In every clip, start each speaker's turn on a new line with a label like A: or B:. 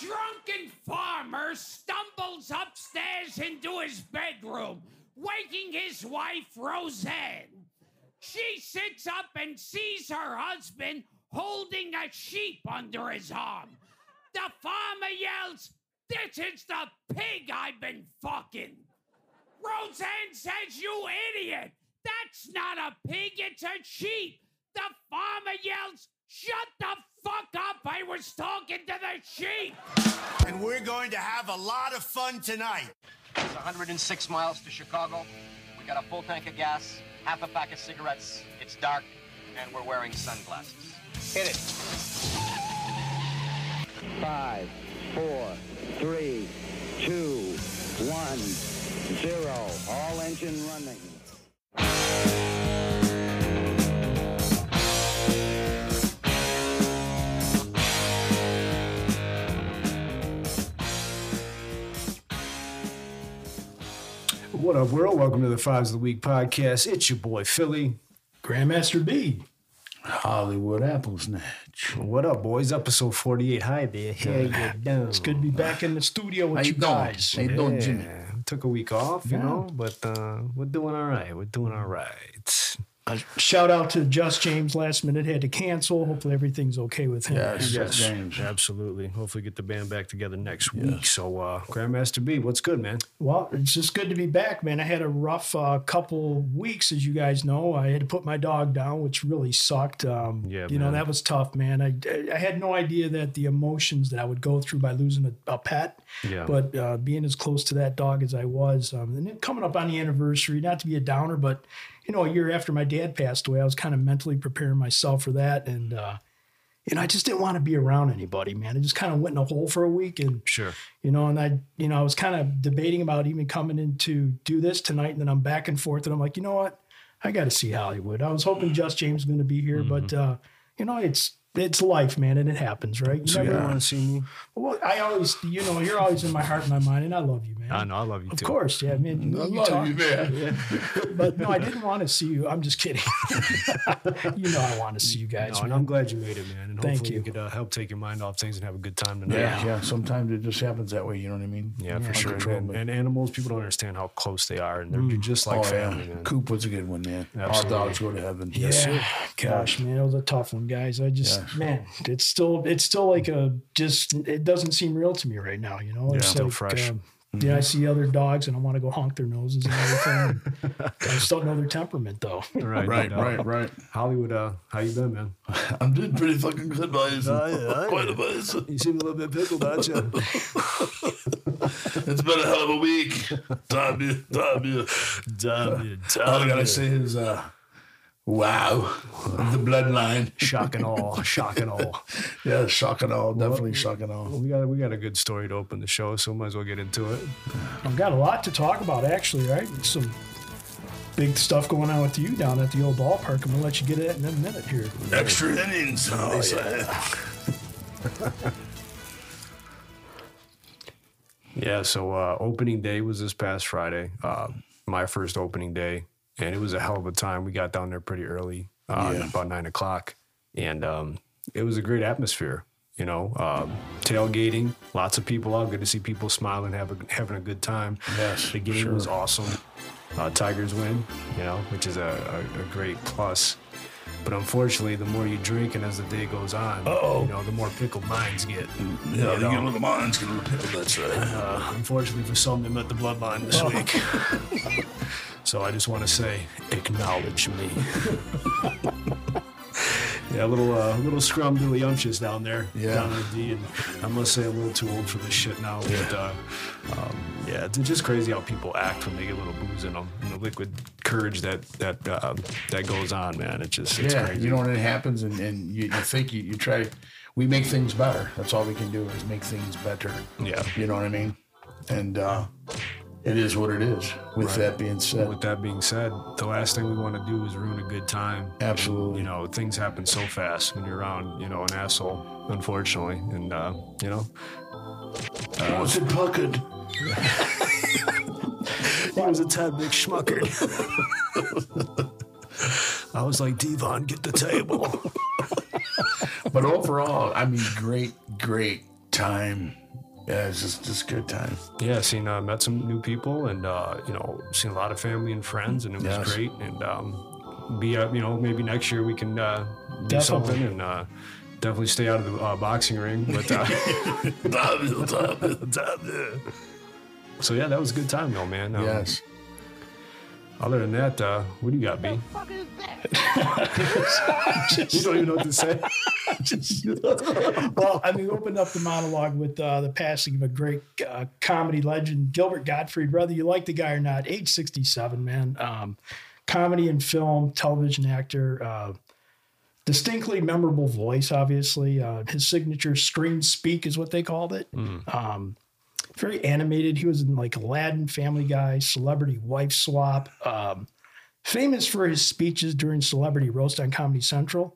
A: drunken farmer stumbles upstairs into his bedroom, waking his wife, Roseanne. She sits up and sees her husband holding a sheep under his arm. The farmer yells, This is the pig I've been fucking. Roseanne says, You idiot! That's not a pig, it's a sheep. The farmer yells, Shut the fuck up! I was talking to the sheep!
B: And we're going to have a lot of fun tonight.
C: It's 106 miles to Chicago. We got a full tank of gas, half a pack of cigarettes. It's dark, and we're wearing sunglasses. Hit it.
D: Five, four, three, two, one, zero. All engine running.
E: What up, world? Welcome to the Fives of the Week podcast. It's your boy Philly.
F: Grandmaster B. Hollywood Apple Snatch.
E: What up, boys? Episode forty-eight. Hi there. Here you go.
F: It's good to be back in the studio with
E: How
F: you,
E: you doing?
F: guys.
E: How you
F: Yeah.
E: doing, Jimmy? Took a week off, you
F: Yeah.
E: know, but uh, we're doing all right. We're doing all right.
F: Uh, shout out to Just James. Last minute had to cancel. Hopefully everything's okay with him.
E: Yes.
F: James.
E: Absolutely. Hopefully, get the band back together next week. So, uh, Grandmaster B, what's good, man?
F: Well, it's just good to be back, man. I had a rough uh, couple weeks, as you guys know. I had to put my dog down, which really sucked. Um,
E: Yeah,
F: you know
E: man.
F: that was tough, man. I I had no idea that the emotions that I would go through by losing a, a pet.
E: Yeah.
F: But uh, being as close to that dog as I was, um, and then coming up on the anniversary, not to be a downer, but you know, a year after my dad passed away, I was kind of mentally preparing myself for that, and uh, and I just didn't want to be around anybody, man. I just kind of went in a hole for a week, and
E: Sure.
F: you know, and I, you know, I was kind of debating about even coming in to do this tonight, and then I'm back and forth, and I'm like, you know what, I got to see Hollywood. I was hoping Just James was going to be here, but
E: Mm-hmm.
F: uh, you know, it's it's life, man, and it happens, right? You
E: So
F: never
E: you want to see me?
F: well, I always, you know, you're always in my heart and my mind, and I love you, man.
E: know. I love you
F: Of course, yeah, I mean, you talk- But no, I didn't want to see you. I'm just kidding. you know, I want to see you guys.
E: No, and
F: man.
E: I'm glad you made it, man. And
F: Thank
E: hopefully you,
F: you.
E: could uh, help take your mind off things and have a good time tonight.
G: Yeah, yeah. Sometimes it just happens that way. You know what I mean?
E: Yeah, for sure. And,
G: Uncontrollably.
E: and animals, people don't understand how close they are, and they're just like
G: oh
E: family.
G: yeah,
E: Man.
G: Coop was a good one, man.
E: Absolutely.
G: All dogs go to heaven.
F: yeah, gosh, man, it was a tough one, guys. I just, man, it's still, it's still like a, just, it doesn't seem real to me right now. You know, it's
E: still
F: like,
E: fresh. Mm-hmm.
F: um, yeah, I see other dogs and I want to go honk their noses and everything. I just don't know their temperament though.
E: Right,
G: Right,
E: and, uh,
G: right, right.
E: Hollywood, uh, how you been, man?
G: I'm doing pretty fucking good, boys.
F: Oh,
G: Quite a buzz.
E: You seem a little bit pickled, aren't you?
G: It's been a hell of a week. W, W. All I gotta say is, uh, wow, the bloodline.
E: shock and all, shock and all.
G: Yeah, shock and all, definitely shock and all.
E: We got we got a good story to open the show, so might as well get into it.
F: I've got a lot to talk about actually, right? Some big stuff going on with you down at the old ballpark. I'm gonna let you get it in a minute here.
G: Extra innings. Oh, yeah.
E: Yeah, so uh, opening day was this past Friday, uh, my first opening day, and it was a hell of a time. We got down there pretty early, uh,
G: Yeah.
E: about nine o'clock, and um, it was a great atmosphere. You know, um, tailgating, lots of people out. Good to see people smiling, having having a good time.
G: Yes,
E: the
G: for
E: game
G: sure.
E: was awesome. Uh, Tigers win, you know, which is a, a, a great plus. But unfortunately, the more you drink and as the day goes on,
G: Uh-oh.
E: you know, the more pickled minds get.
G: Yeah,
E: you
G: you
E: know.
G: get the mine's gonna repel. That's right.
E: Uh, unfortunately for some, they met the bloodline this week. Oh. so I just want to say, acknowledge me. yeah, a little, uh, a little scrumdiddlyumptious down there,
G: Yeah.
E: down in the D, and I must say, a little too old for this shit now. But uh, um, yeah, it's just crazy how people act when they get a little booze in them, and the liquid courage that that uh, that goes on, man. It just it's
G: yeah,
E: crazy.
G: you know, when it happens, and, and you, you think you, you try, we make things better. That's all we can do is make things better.
E: Yeah.
G: You know what I mean? And uh, it is what it is. With that being said,
E: With that being said, the last thing we want to do is ruin a good time.
G: absolutely.
E: you know things happen so fast when you're around you know an asshole unfortunately and uh, you know
G: Oh, it's a puckered.
E: he was a tad big schmucker i was like devon get the table
G: But overall, I mean, great, great time. Yeah, it's just just good time.
E: yeah, seen uh, met some new people, and uh, you know, seen a lot of family and friends, and it was
G: Yes.
E: great. And um, be uh, you know maybe next year we can uh, do something and uh, definitely stay out of the uh, boxing ring. But uh,
G: W, W, W.
E: so yeah, that was a good time though, man. Um,
G: Yes.
E: Other than that, uh, what do you got, B? you don't even know what to say.
F: well, I mean, opened up the monologue with uh, the passing of a great uh, comedy legend, Gilbert Gottfried. Whether you like the guy or not, age 67, man. Um, comedy and film, television actor, uh, distinctly memorable voice, obviously. Uh, his signature screen speak is what they called it.
E: Hmm.
F: Um, very animated. He was in like Aladdin, Family Guy, Celebrity Wife Swap. Um, famous for his speeches during Celebrity Roast on Comedy Central.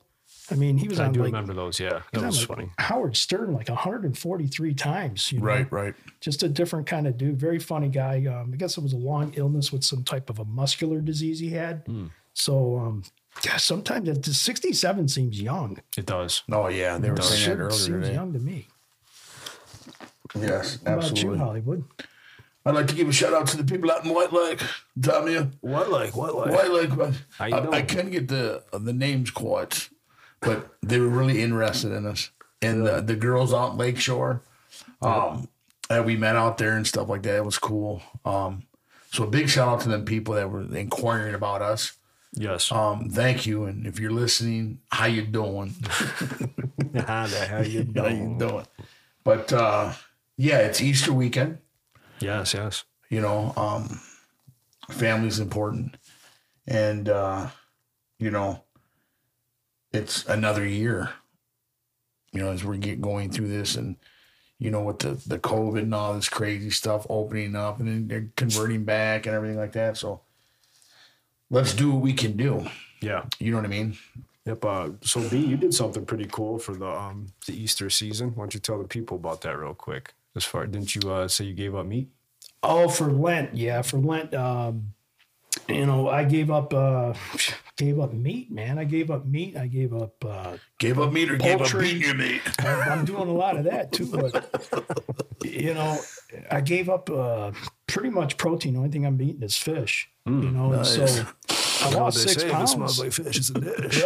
F: I mean, he was
E: I
F: on
E: do
F: like
E: remember those. Yeah, that
F: I'm
E: was
F: Oh, like,
E: funny.
F: Howard Stern like 143 times. You know?
G: Right, right.
F: Just a different kind of dude. Very funny guy. Um, I guess it was a long illness with some type of a muscular disease he had.
G: Hmm.
F: So um, yeah, sometimes at 67 seems young.
E: It does.
G: Oh yeah, they were saying that
F: Sure
G: earlier
F: seems
G: today.
F: young to me.
G: Yes,
F: How about you,
G: absolutely.
F: Hollywood?
G: I'd like to give a shout out to the people out in White Lake, W.
E: What like what like?
G: White Lake. but
E: How you
G: I, I
E: doing?
G: couldn't get the the names quite, but they were really interested in us and uh, the, the girls out in Lakeshore. Um, that we met out there and stuff like that. It was cool. Um, so a big shout out to them people that were inquiring about us.
E: Yes.
F: Oh,
G: Um, thank you. And if you're listening, how you doing?
E: How the hell you
G: how you doing? But uh, yeah, it's Easter weekend.
E: Yes, yes.
G: you know um family's important and uh you know it's another year you know as we're get going through this and you know with the the covid and all this crazy stuff opening up and then they're converting back and everything like that so let's do what we can do
E: Yeah.
G: you know what i mean
E: Yep. Uh, so B, you did something pretty cool for the um the Easter season. Why don't you tell the people about that real quick? As far didn't you uh, say you gave up meat?
F: Oh, for Lent, yeah, for Lent. Um, you know, I gave up uh, gave up meat, man. I gave up meat. I gave up uh,
G: gave up meat or gave up
F: Poultry.
G: beating your meat
F: I'm doing a lot of that too, but you know, I gave up uh, pretty much protein. The only thing I'm eating is fish. you know, and so I lost six pounds.
E: fish is a dish.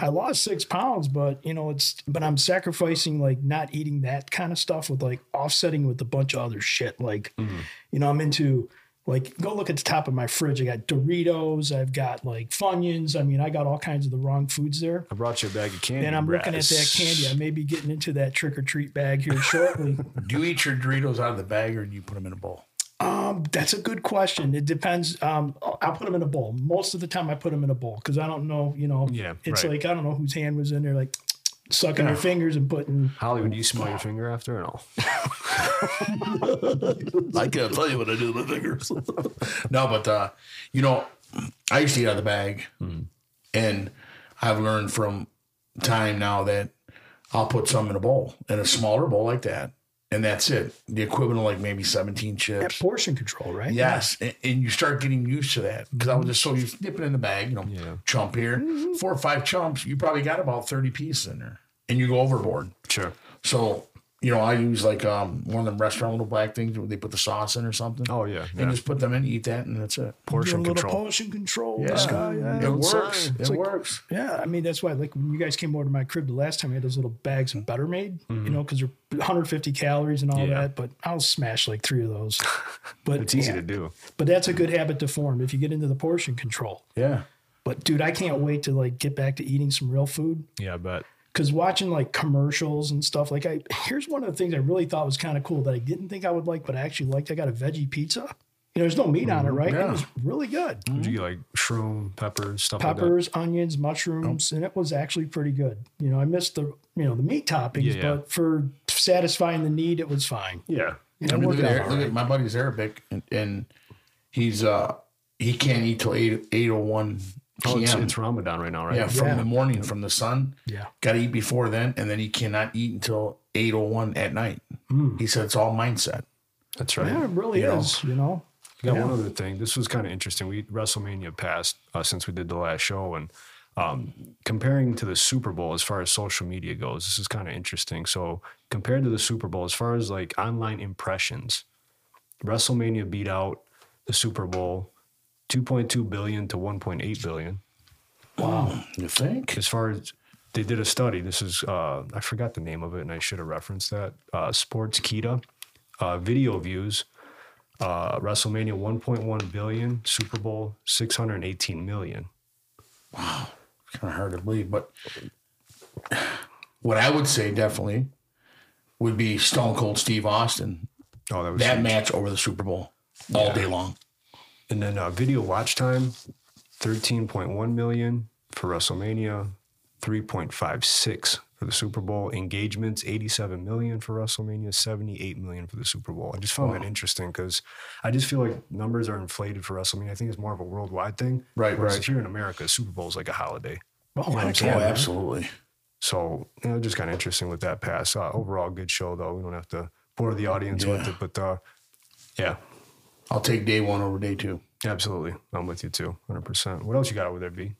F: I lost six pounds, but you know, it's but I'm sacrificing like not eating that kind of stuff with like offsetting with a bunch of other shit. Like, you know, I'm into like go look at the top of my fridge. I got Doritos. I've got like Funyuns. I mean, I got all kinds of the wrong foods there.
E: I brought you a bag of candy.
F: And I'm looking at that
E: Bryce.
F: candy. I may be getting into that trick or treat bag here shortly.
G: do you eat your doritos out of the bag or do you put them in a bowl
F: um, that's a good question. It depends. Um, I'll put them in a bowl. Most of the time, I put them in a bowl because I don't know. You know,
E: Yeah,
F: it's
E: right.
F: like I don't know whose hand was in there, like sucking their fingers and putting.
E: Hollywood, do you smell your finger after? No.
G: I can't tell you what I do with my fingers. no, but uh, you know, I used to eat out of the bag, and I've learned from time now that I'll put some in a bowl, in a smaller bowl like that, and that's it. The equivalent of like maybe seventeen
F: That
G: chips.
F: portion control, right?
G: Yes, and, and you start getting used to that because I was just so used to dipping in the bag, you know, chump here, four or five chumps. You probably got about thirty pieces in there, and you go overboard.
E: Sure.
G: So you know, I use like um, one of them restaurant little black things where they put the sauce in or something
E: Oh yeah.
G: and
E: yeah.
G: just put them in, eat that, and that's it.
E: Portion
F: Doing a little
E: control.
F: portion control.
G: Yeah.
F: This guy, yeah.
G: it works.
E: sign.
G: It works.
F: Yeah, I mean that's why. Like when you guys came over to my crib the last time, I had those little bags of Better Made, you know, because they're 150 calories and all
E: Mm-hmm. Yeah.
F: that. But I'll smash like three of those. But
E: It's easy
F: yeah.
E: to do.
F: But that's a good habit to form if you get into the portion control.
G: Yeah.
F: But dude, I can't wait to like get back to eating some real food.
E: Yeah, but
F: Cause watching like commercials and stuff, like I here's one of the things I really thought was kind of cool that I didn't think I would like, but I actually liked. I got a veggie pizza. You know, there's no meat on it, right? It
G: yeah.
F: was really good.
E: do you Mm-hmm. like shroom, peppers, stuff like
F: Peppers, onions, mushrooms, and it was actually pretty good. You know, I missed the you know the meat toppings,
E: Yeah, yeah.
F: but for satisfying the need, it was fine.
E: that? Yeah.
F: And
G: I
F: it
G: mean, look
F: worked
G: at,
F: out
G: Eric-
F: all
G: look
F: right.
G: at my buddy's Arabic, and, and he's uh he can't eat till eight eight oh one
E: Oh,
G: p.m.
E: it's, it's Ramadan right now, right?
G: yeah, from
F: Yeah.
G: the morning, from the sun.
F: Yeah.
G: Got to eat before then, and then he cannot eat until eight oh one at night.
F: Hmm.
G: He said it's all mindset.
E: That's right.
F: Yeah, it really
G: You know.
F: is. You know,
E: I got one other thing. This was kind of interesting. We WrestleMania passed uh, since we did the last show, and um, comparing to the Super Bowl as far as social media goes, this is kind of interesting. So compared to the Super Bowl, as far as like online impressions, WrestleMania beat out the Super Bowl 2.2 billion to 1.8 billion.
G: Wow. You think?
E: As far as they did a study, this is uh, I forgot the name of it, and I should have referenced that. Uh, Sports Kita, uh, video views, uh, WrestleMania 1.1 billion, Super Bowl 618 million.
G: Kind of hard to believe, but what I would say definitely would be Stone Cold Steve Austin.
E: Oh, that was
G: That
E: huge.
G: match over the Super Bowl all day long.
E: And then uh, video watch time, 13.1 million for WrestleMania, 3.56 for the Super Bowl. Engagements, 87 million for WrestleMania, 78 million for the Super Bowl. I just found that interesting because I just feel like numbers are inflated for WrestleMania. I think it's more of a worldwide thing.
G: Right,
E: Whereas
G: right.
E: Here in America, Super Bowl is like a holiday.
G: Oh,
E: understand that.
G: absolutely.
E: So you know, just kind of interesting with that pass. Uh, overall, good show though. We don't have to bore the audience with
G: Yeah.
E: it, but uh, yeah,
G: I'll take day one over day two.
E: absolutely, I'm with you too, 100. percent What else you got over there, B?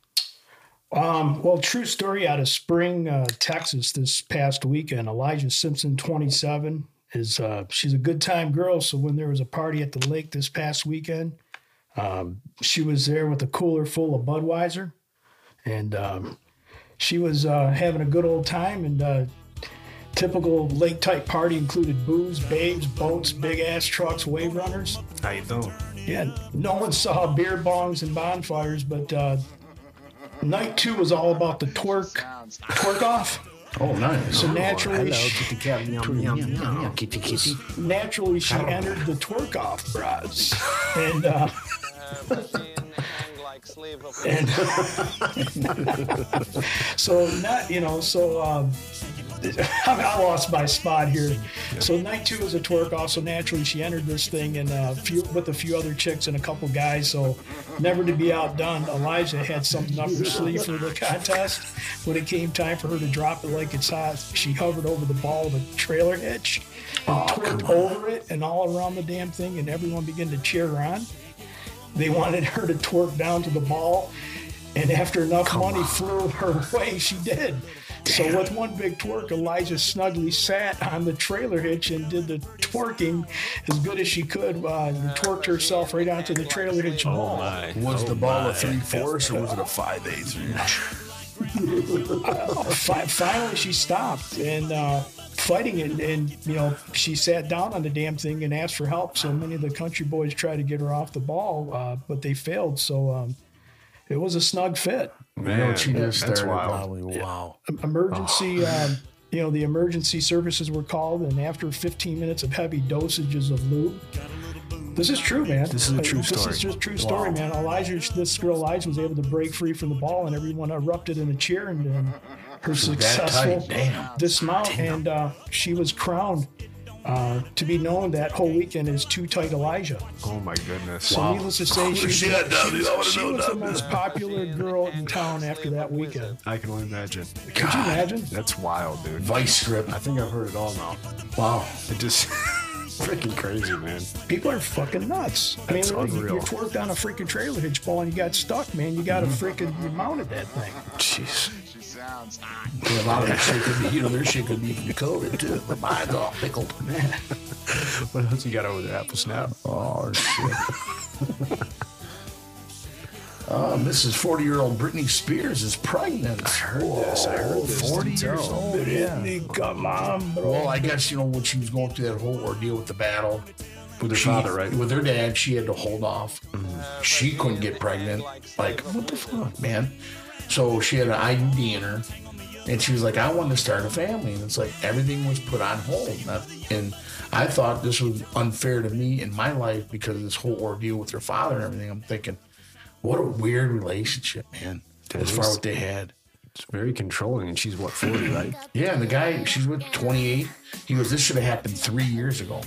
F: Um, well, true story out of Spring, uh, Texas, this past weekend. Elijah Simpson, 27, is uh, she's a good time girl. So when there was a party at the lake this past weekend, um, she was there with a cooler full of Budweiser, and um, she was uh, having a good old time. And uh, typical lake type party included booze, babes, boats, big ass trucks, wave runners.
E: How you doing?
F: Yeah, no one saw beer bongs and bonfires, but uh, night two was all about the twerk, twerk off.
G: Oh, nice.
F: So naturally, she,
H: kitty cat, yum, yum, yum, yum, kitty, kitty.
F: naturally she entered the twerk off bras, and uh, and so not you know so. Um, I lost my spot here. So night two was a twerk off. So naturally, she entered this thing and uh, few, with a few other chicks and a couple guys. So never to be outdone, Elijah had something up her sleeve for the contest. When it came time for her to drop it like it's hot, she hovered over the ball of a trailer hitch and twerked over it and all around the damn thing, and everyone began to cheer her on. They wanted her to twerk down to the ball, and after enough money flew her way, she did. So with one big twerk, Elijah snugly sat on the trailer hitch and did the twerking as good as she could. Uh, twerked herself right onto the trailer hitch
E: Oh
F: wall.
I: Was the ball a three fourths or was it a five eighths reach?
F: Fi- finally, she stopped and uh, fighting it, and you know she sat down on the damn thing and asked for help. So many of the country boys tried to get her off the ball, uh, but they failed. So um, it was a snug fit.
G: I know she just
E: that's
G: started
E: wild.
G: probably. Wow.
F: emergency um, you know the emergency services were called and after 15 minutes of heavy dosages of lube this is true man
E: This is a
F: Like,
E: true
F: this
E: story.
F: is just a true story man elijah this girl elijah was able to break free from the ball and everyone erupted in a cheer and, um, her successful
G: tight, damn.
F: dismount and uh, she was crowned uh, to be known that whole weekend as too tight elijah
E: Oh my goodness.
F: so needless to say she,
I: She had done it. I would've
F: she
I: known
F: was
I: that.
F: the most popular girl in town after that weekend
E: I can only imagine.
F: could you imagine
E: That's wild, dude.
G: Vice grip.
E: I think I've heard it all now.
G: Wow.
E: It just freaking crazy, man.
F: People are fucking nuts. I mean,
E: That's
F: literally, you, you
E: unreal.
F: twerked on a freaking trailer hitch ball and you got stuck, man. You got to freaking you mounted that thing.
G: Jeez.
I: Yeah, a lot of their shit could be, you know, their shit could be decoded too. But mine's all pickled.
E: What else you got over there? Apple Snap.
G: Oh, shit. Uh, Mrs. 40 year old Britney Spears is pregnant. I heard this. I heard this. 40 years old.
F: Britney, come on, bro.
G: Well, I guess, you know, when she was going through that whole ordeal with the battle,
E: With her
G: she-
E: father, right?
G: With her dad, she had to hold off. She couldn't get pregnant. Like, what the fuck, man? So she had an IUD in her, and she was like, "I want to start a family." And it's like everything was put on hold. And I, and I thought this was unfair to me in my life because of this whole ordeal with her father and everything. I'm thinking, what a weird relationship, man. as far
E: is.
G: as what they had.
E: It's very controlling, and she's what forty, right?
G: Yeah, and the guy she's with, 28. He goes, "This should have happened three years ago."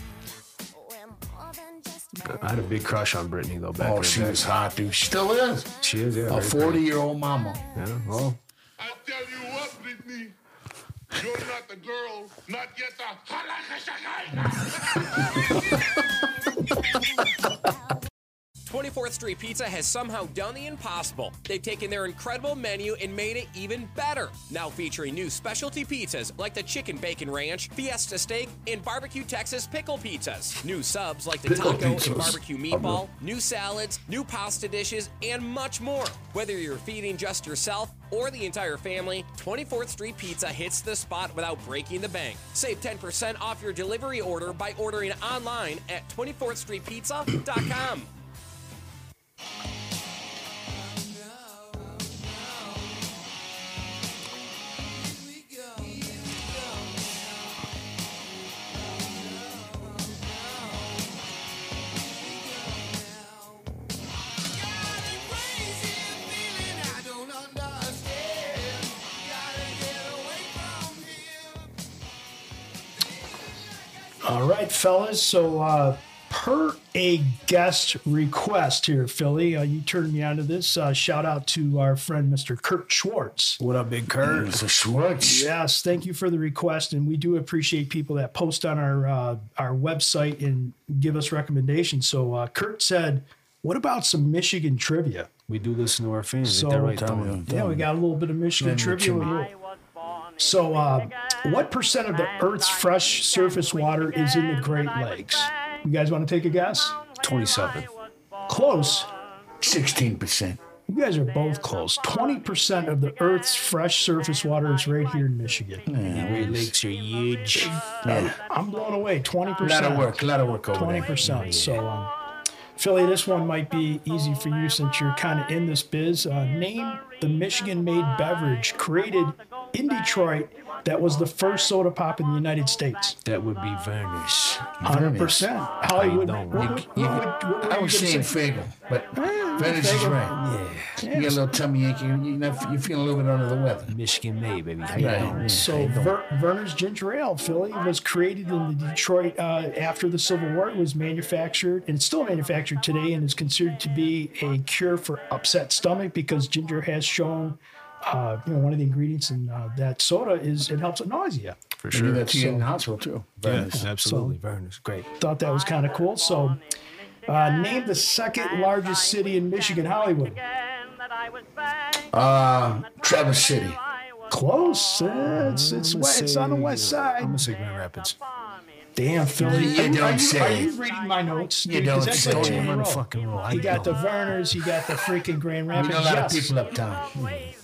E: I had a big crush on Brittany though back
G: oh,
E: in the
G: she
E: day.
G: was hot, dude. She Oh, still is.
E: She is, yeah.
G: A
E: very
G: 40 year old mama.
E: pretty. Yeah. Well,
J: I tell you what, Brittany, you're not the girl, not yet the.
K: 24th Street Pizza has somehow done the impossible. They've taken their incredible menu and made it even better. Now featuring new specialty pizzas like the Chicken Bacon Ranch, Fiesta Steak, and Barbecue Texas Pickle Pizzas. New subs like the
I: Pickle
K: Taco
I: pizzas.
K: and Barbecue
I: Love
K: Meatball, new salads, new pasta dishes, and much more. Whether you're feeding just yourself or the entire family, 24th Street Pizza hits the spot without breaking the bank. Save 10% off your delivery order by ordering online at 24thstreetpizza.com.
F: All right, fellas. So, uh, per a guest request here, Philly, uh, you turned me on to this. Uh, shout out to our friend, Mr. Kurt Schwartz.
E: What up, Big Kurt?
G: Mr. Schwartz.
F: Yes, thank you for the request, and we do appreciate people that post on our uh, our website and give us recommendations. So uh, Kurt said, "What about some Michigan trivia?"
E: We do listen to our fans.
F: So,
E: Ain't that right, Tommy?
F: yeah, we got a little bit of Michigan
E: Tell me,
F: trivia.
E: Jimmy.
F: with you. So, uh, what percent of the Earth's fresh surface water is in the Great Lakes? You guys want to take a guess?
E: Twenty-seven.
F: Close.
G: 16%.
F: You guys are both close. 20% of the Earth's fresh surface water is right here in Michigan.
E: Great Lakes are huge.
F: I'm blown away. 20%.
G: lot of work, a lot of work over
F: Twenty percent. So, um, Philly, this one might be easy for you since you're kind of in this biz. Uh, name the Michigan-made beverage created in Detroit that was the first soda pop in the United States.
E: That would be Venice.
F: Hundred percent. Hollywood.
E: I don't
F: What
E: know.
F: would-
G: You-
F: what would- what would
G: I
F: you
G: was
F: give
G: saying
F: us a-
G: Fagel, but
F: Ah,
G: Venice is
F: Fagel.
G: right.
E: Yeah.
G: You got a little tummy ache. You're, you're, not, you're feeling a little bit under the weather.
E: Michigan May, baby. How
G: Right.
E: you doing?
F: So Ver, Verner's Ginger Ale, Philly, was created in the Detroit uh, after the Civil War. It was manufactured, and it's still manufactured today, and is considered to be a cure for upset stomach because ginger has shown, uh, you know, one of the ingredients in uh, that soda is it helps with nausea.
E: For
G: Sure.
E: sure.
G: that's you in the hospital too.
E: Yes, absolutely. Venice. Great.
F: Thought that was kind of cool. So, uh, name the second largest city in Michigan, Hollywood.
G: Uh, Travis City.
F: Close. It's it's
E: I'ma
F: west, it's on the
E: say-
F: west
E: I'm
F: side.
E: going to say Grand Rapids.
F: Damn, Philly.
G: You
F: Are you-
G: don't
F: are you- Are
G: say.
F: you reading my notes?
G: You
F: dude? 'Cause
G: don't
F: that's
G: say.
F: like two in a
E: I'm
F: row.
E: fucking roll. I
F: You got the
E: know.
F: Verners, you got the freaking Grand
G: We
F: Rapids.
G: know a lot of
F: Yes.
G: people uptown.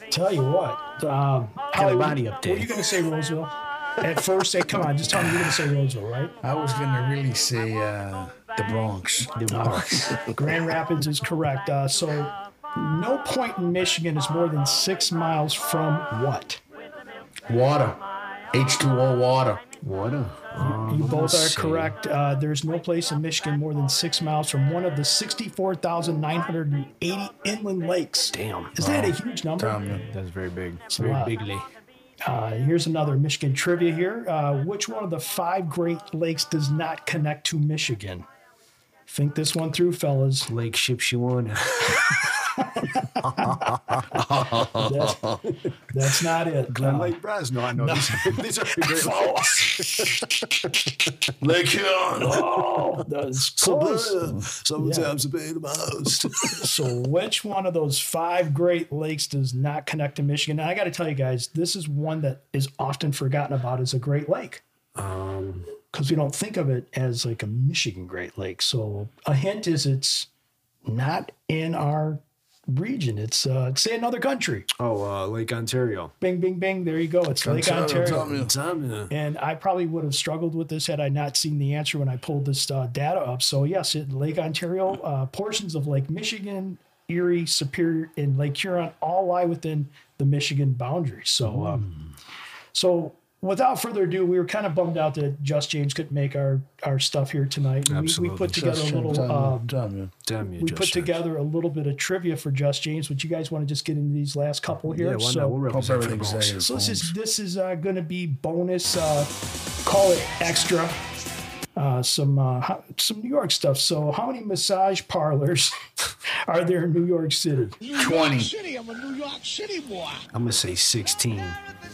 F: Tell you what, um, Hollywood,
E: body up there.
F: Were you going to say Roseville? At first, they come on, just tell me you're going to say Roseville, right?
G: I was gonna really say uh, the Bronx. The Bronx.
F: Grand Rapids is correct. Uh, so, no point in Michigan is more than six miles from what?
G: water. H2O water. Uh-huh.
E: Water.
F: You both are
E: see.
F: correct. Uh, there's no place in Michigan more than six miles from one of the 64,980 inland lakes.
E: Damn.
F: Is that a huge number?
E: Um, That's very big. It's very
F: lot.
E: bigly.
F: Uh, here's another Michigan trivia here. Uh, which one of the five Great Lakes does not connect to Michigan? Think this one through, fellas.
E: Lake Shipshewana.
F: That's, that's not it. Uh,
E: Lake Brasno. I know. These, these are the great
I: Lake Huron.
F: oh, that's close.
E: Sometimes I pay the most.
F: So, which one of those five Great Lakes does not connect to Michigan? And I got to tell you guys, this is one that is often forgotten about as a Great Lake
E: Um,
F: because we don't think of it as like a Michigan Great Lake. So, a hint is it's not in our region. It's uh, say another country.
E: oh, uh, Lake Ontario.
F: Bing, bing, bing. There you go. It's Lake Ontario.
E: Ontario.
F: And I probably would have struggled with this had I not seen the answer when I pulled this uh, data up. So, yes, it, Lake Ontario, uh, portions of Lake Michigan, Erie, Superior, and Lake Huron all lie within the Michigan boundary. So,
E: Hmm.
F: um, so without further ado, we were kind of bummed out that Just James couldn't make our, our stuff here tonight. And We, we
E: Absolutely.
F: put together a little. um,
E: Damn you,
F: we
E: Just
F: put
E: James.
F: together a little bit of trivia for Just James. Would you guys want to just get into these last couple
E: Yeah,
F: here?
E: why
F: so,
E: not? We'll represent for the
G: everything's
E: Bronx.
G: there.
F: so this is this is uh, going to be bonus. Uh, call it extra. Uh, some uh, ho- some New York stuff. So, how many massage parlors are there in New York City?
G: Twenty.
J: City, I'm a New York City boy.
E: I'm going to say 16.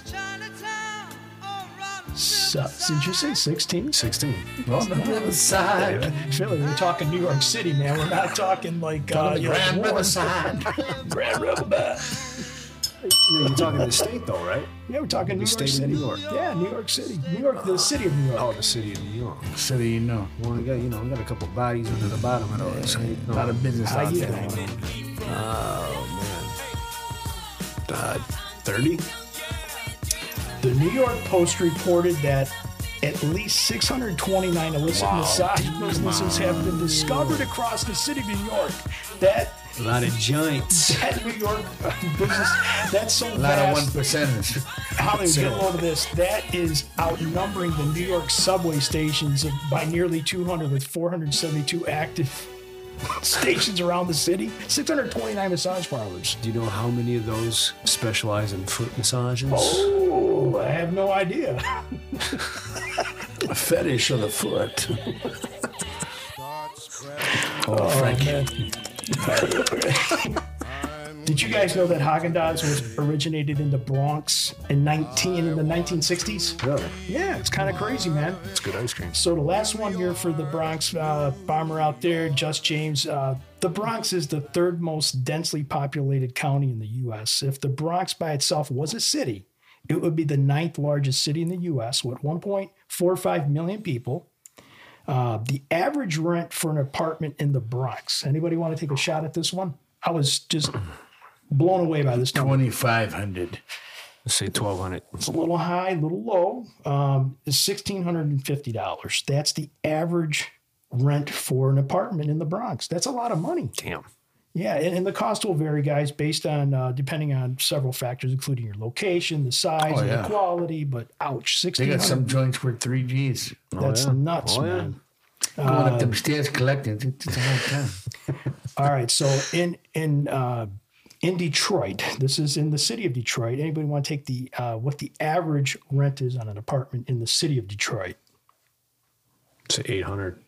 L: Chinatown, all around
F: So, did you say 16?
E: 16.
F: Well,
I: the riverside.
F: Philly, we're talking New York City, man. We're not talking like uh,
I: Down the
F: you know,
I: Grand
F: Warren.
I: Riverside.
F: Grand Riverside.
E: You're talking the state, though, right?
F: Yeah, we're talking New
E: The
F: York
E: state of
F: City.
E: New York.
F: Yeah, New York City. New York, the city of New York.
E: Oh, the city of New York.
G: City, you know.
E: Well, we got you know, we got a couple bodies under the bottom of those. you know.
G: A lot of business
F: How
G: out
F: you
G: there.
F: doing?
E: Oh man. Uh, Thirty.
F: The New York Post reported that at least 629 illicit massage businesses have been discovered across the city of New York. That
E: A lot of joints.
F: that New York uh, business, that's so
G: A lot of one
F: vast.
G: percenters.
F: How do you get a load of this? That is outnumbering the New York subway stations by nearly 200, with 472 active stations around the city. 629 massage parlors.
E: Do you know how many of those specialize in foot massages?
F: Oh, I have no idea.
I: A fetish of the foot. oh, Frankie.
F: Did you guys know that Haagen Dazs was originated in the Bronx in 19 in the 1960s?
E: Really?
F: Yeah, it's kind of crazy, man.
E: It's good ice cream.
F: So the last one here for the Bronx uh, bomber out there, Just James. Uh, the Bronx is the third most densely populated county in the U.S. If the Bronx by itself was a city, it would be the ninth largest city in the U.S. with 1.45 million people. Uh, the average rent for an apartment in the Bronx. Anybody want to take a shot at this one? I was just blown away by this number.
G: 2,500.
E: Let's say twelve hundred.
F: It's a little high, a little low. Um, is sixteen hundred and fifty dollars. That's the average rent for an apartment in the Bronx. That's a lot of money.
E: Damn.
F: Yeah, and, and the cost will vary, guys, based on uh, depending on several factors, including your location, the size,
G: Oh,
F: and
G: yeah.
F: the quality. But ouch,
G: They
F: sixteen
G: got
F: hundred.
G: some
F: dollars
G: joints worth three G's.
F: That's
E: yeah.
F: nuts,
E: Oh, yeah.
F: man.
G: Going up
F: Um,
G: them stairs collecting. It's a hard time.
F: All right, so in in uh, in Detroit, this is in the city of Detroit. Anybody want to take the uh, what the average rent is on an apartment in the city of Detroit?
E: Say eight hundred.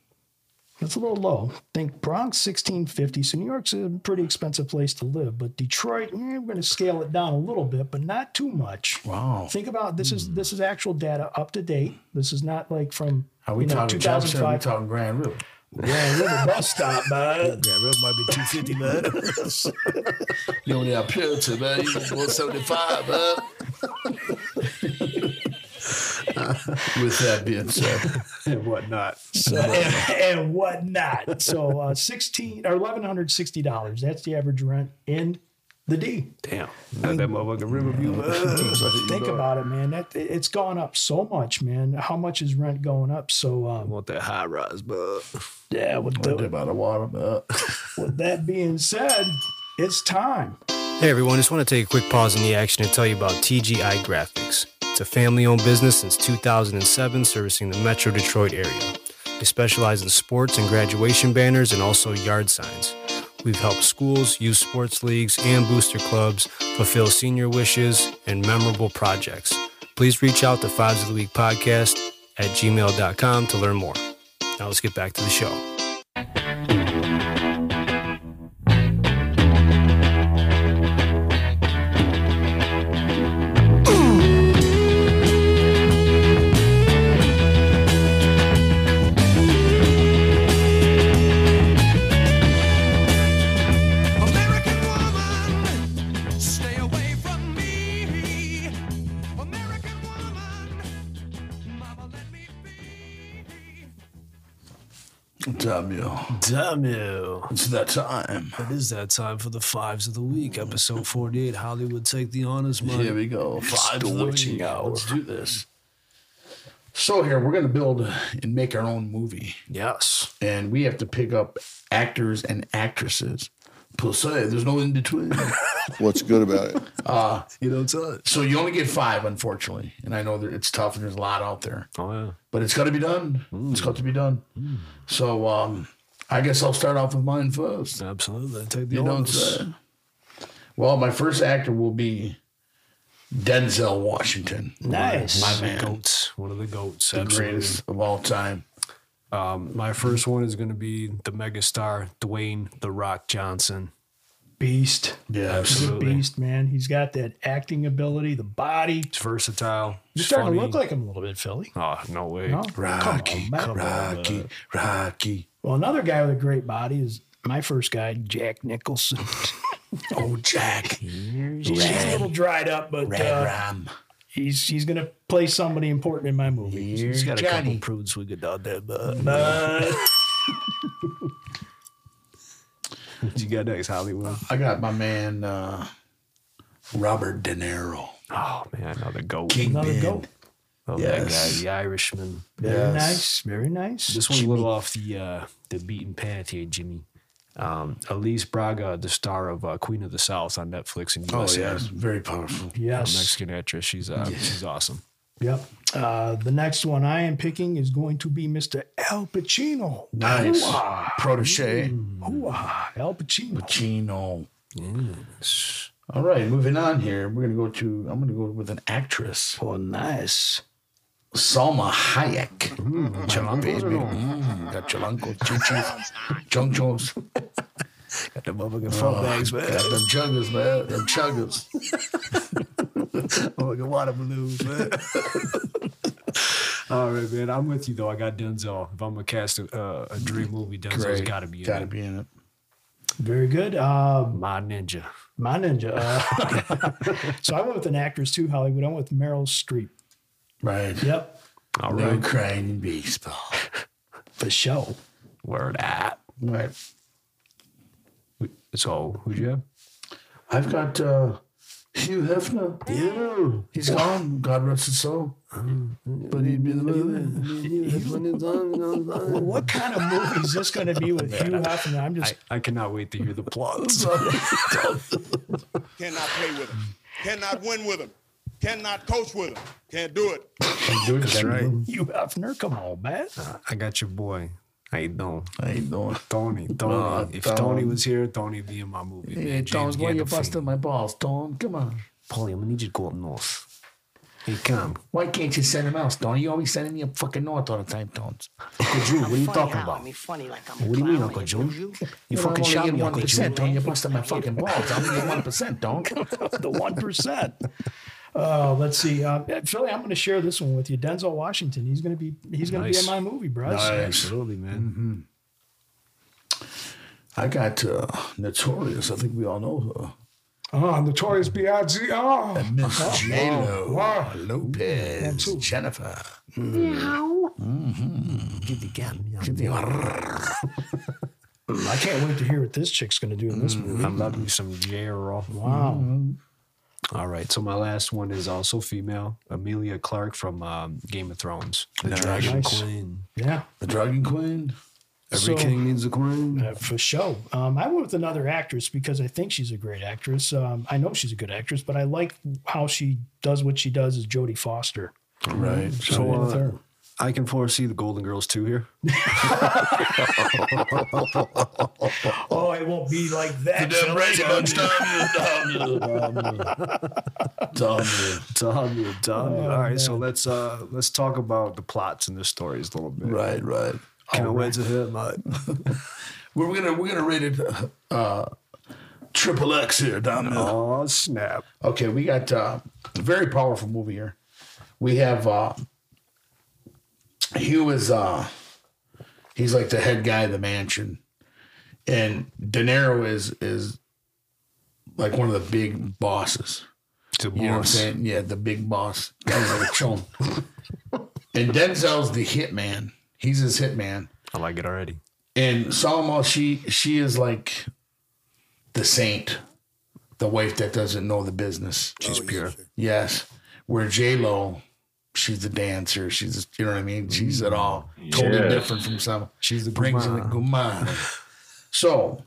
F: That's a little low. Think Bronx, sixteen fifty. So New York's a pretty expensive place to live, but Detroit, eh, we're going to scale it down a little bit, but not too much.
G: Wow.
F: Think about this is this is actual data up to date. This is not like from
G: Are we
F: you know,
G: talking jobs or are we
F: 2005.
G: talking Grand River?
F: Yeah, little bus stop, bud.
I: Yeah, that might be 250, man. you only have Puritan, man. You 175, man.
G: With that being said,
E: And whatnot.
F: So, and, and whatnot. So uh, sixteen or eleven hundred sixty dollars. That's the average rent in the D.
E: Damn. Not that motherfucking Riverview. Uh,
F: Think about it, man. That it's gone up so much, man. How much is rent going up? So um,
E: want that high rise, bud.
F: yeah. With,
G: what
F: the,
G: about a water? Uh,
F: with that being said, it's time.
L: Hey everyone, just want to take a quick pause in the action and tell you about TGI Graphics. It's a family owned business since 2007 servicing the metro Detroit area. They specialize in sports and graduation banners and also yard signs. We've helped schools, youth sports leagues, and booster clubs fulfill senior wishes and memorable projects. Please reach out to Fives of the Week podcast at gmail.com to learn more. Now let's get back to the show.
M: American woman, stay away from me. American woman, mama, let me be.
G: damn um, you.
E: Damn you.
G: It's that time.
E: It is that time for the fives of the week, episode 48. Hollywood, take the honors, man.
G: Here we go. Five
E: the
G: to the
E: witching
G: week.
E: hour.
G: Let's do this. So here we're gonna build and make our own movie,
E: Yes.
G: and we have to pick up actors and actresses. Plus, hey, there's no in between.
N: What's good about it?
E: You know, it's us.
G: so you only get five, unfortunately, and I know that it's tough and there's a lot out there,
E: Oh, yeah.
G: but it's got to be done. It's got to be done. So um, I guess I'll start off with mine first.
E: Absolutely. Take the
G: You know what I'm
E: honors.
G: saying? Well, my first actor will be Denzel Washington.
F: Nice.
G: My
E: The
G: man.
E: goats. One of the goats.
G: The greatest of all time.
E: Um, my first one is going to be the megastar Dwayne the Rock Johnson.
F: beast.
G: Yeah,
F: He's a beast, man. He's got that acting ability, the body.
E: It's versatile.
F: You're
E: It's
F: starting to
E: funny.
F: look like him a little bit, Philly.
E: Oh, no way.
F: No?
G: Rocky,
F: Come on, man.
G: Rocky, Rocky.
F: Well, another guy with a great body is my first guy, Jack Nicholson.
G: oh, Jack.
F: He's a little dried up, but
G: Red
F: uh,
G: Ram.
F: he's he's gonna play somebody important in my movie.
G: He's got a couple Johnny.
F: prudes we could out there, but
E: What you got next, Hollywood?
G: I got my man uh, Robert De Niro.
E: Oh man, another goat.
G: Kingpin.
F: another goat.
E: Oh, that
G: Yes.
E: guy, the Irishman.
F: Very
G: Yes.
F: nice, very nice.
E: This one's a little off the uh, the beaten path here, Jimmy. Um, Elise Braga, the star of uh, Queen of the South on Netflix and
G: Oh,
E: USA.
G: yeah. Very powerful.
E: A
F: Yes.
E: Uh, Mexican actress. She's uh, she's awesome.
F: Yep. Uh, the next one I am picking is going to be Mr. Al Pacino.
G: Nice.
F: Hoo-ah.
G: Protege.
E: Ah.
F: Hoo-ah. Al Pacino.
G: Pacino. All right, moving on here. We're gonna go to. I'm gonna go with an actress.
F: Oh, nice.
G: Salma Hayek. Chum, baby. Mm, got your uncle. Choo Chung chunks.
E: Got the motherfucking
G: Oh, Got them chuggers, man. Them chuggers.
E: oh, like a water balloon, man. All right, man. I'm with you though. I got Denzel. If I'm gonna cast a, uh, a dream movie, Denzel's
G: Great.
E: got to be in
G: Gotta
E: it.
G: be in it.
F: Very good. Uh,
E: My ninja.
F: my ninja. Uh, so I went with an actress too, Hollywood. I went with Meryl Streep.
G: Right.
F: Yep.
E: All
G: No
E: right,
G: crying in baseball.
F: For show.
E: word up.
G: Right.
E: So who'd you have?
G: I've got uh, Hugh Hefner. Yeah. Mm-hmm. He's gone. God rest his soul. But he'd be the
F: Well, what kind of movie is this going to be with Hugh Hefner? I'm
E: I,
F: just
E: I cannot wait to hear the plots.
J: Cannot play with him. Cannot win with him. Cannot coach with him. Can't do it.
G: That's right.
F: Hugh Hefner. Come on, man.
E: I got your boy. How you doing?
G: I ain't doing.
E: Tony, Tony.
G: Oh,
E: if
G: Tony.
E: Tony. was here, Tony would be in my movie.
G: Hey, Tom, why you busting my balls, Tom? Come on.
E: Polly, I'm gonna need you to go up north. Hey, come.
G: Why can't you send him out, Tony? You always sending me up fucking north all the time, Tom. Uncle Drew, what are you talking about?
O: funny like I'm
E: What do you mean, Uncle Joe? You, fucking shot me,
G: one
E: Uncle Joe.
G: percent, eh? Tony. You busted my fucking balls. I'm only one percent, Tom.
F: the one percent. Oh, let's see. Uh, Philly, I'm going to share this one with you. Denzel Washington. He's going to be. He's going to
E: Nice.
F: be in my movie, bro.
E: Absolutely, man.
G: I got uh, notorious. I think we all know her.
F: Oh, Notorious B.I.G. Oh,
G: Miss J Lo
F: wow.
G: Uh, Lopez Jennifer. Mm-hmm.
F: I can't wait to hear what this chick's going to do in this movie.
E: I love me some Gerald.
F: Wow.
E: All right, so my last one is also female, Amelia Clark from um, Game of Thrones, the
G: Nice.
E: Dragon
F: Nice.
E: Queen.
F: Yeah,
G: The Dragon Queen.
E: Every
F: So-
E: king needs a queen.
F: uh, for sure. Um, I went with another actress because I think she's a great actress. Um, I know she's a good actress, but I like how she does what she does as Jodie Foster.
G: Right.
E: So
F: I'm in
E: uh,
F: third.
E: I can foresee the Golden Girls too here.
F: Oh, it won't be like that.
E: Dumb, you dumb. you. All right, so let's uh let's talk about the plots and the stories a little bit.
G: Right, right.
E: Can't wait to hear mate.
G: We're gonna we're gonna rate it uh, triple X here, Domino.
E: Oh snap!
G: Okay, we got uh, a very powerful movie here. We have uh, Hugh is uh, he's like the head guy of the mansion, and De Niro is is like one of the big bosses.
E: To
G: You know what I'm saying? Yeah, the big boss. Guy's like a chump. and Denzel's the hitman. He's his hitman.
E: I like it already.
G: And Salma, she she is like the saint, the wife that doesn't know the business.
E: She's pure.
G: Yes. Where J Lo, she's a dancer. She's you know what I mean. She's at all totally
E: Yes.
G: different from some.
E: She's the
G: brings in the Guma. so,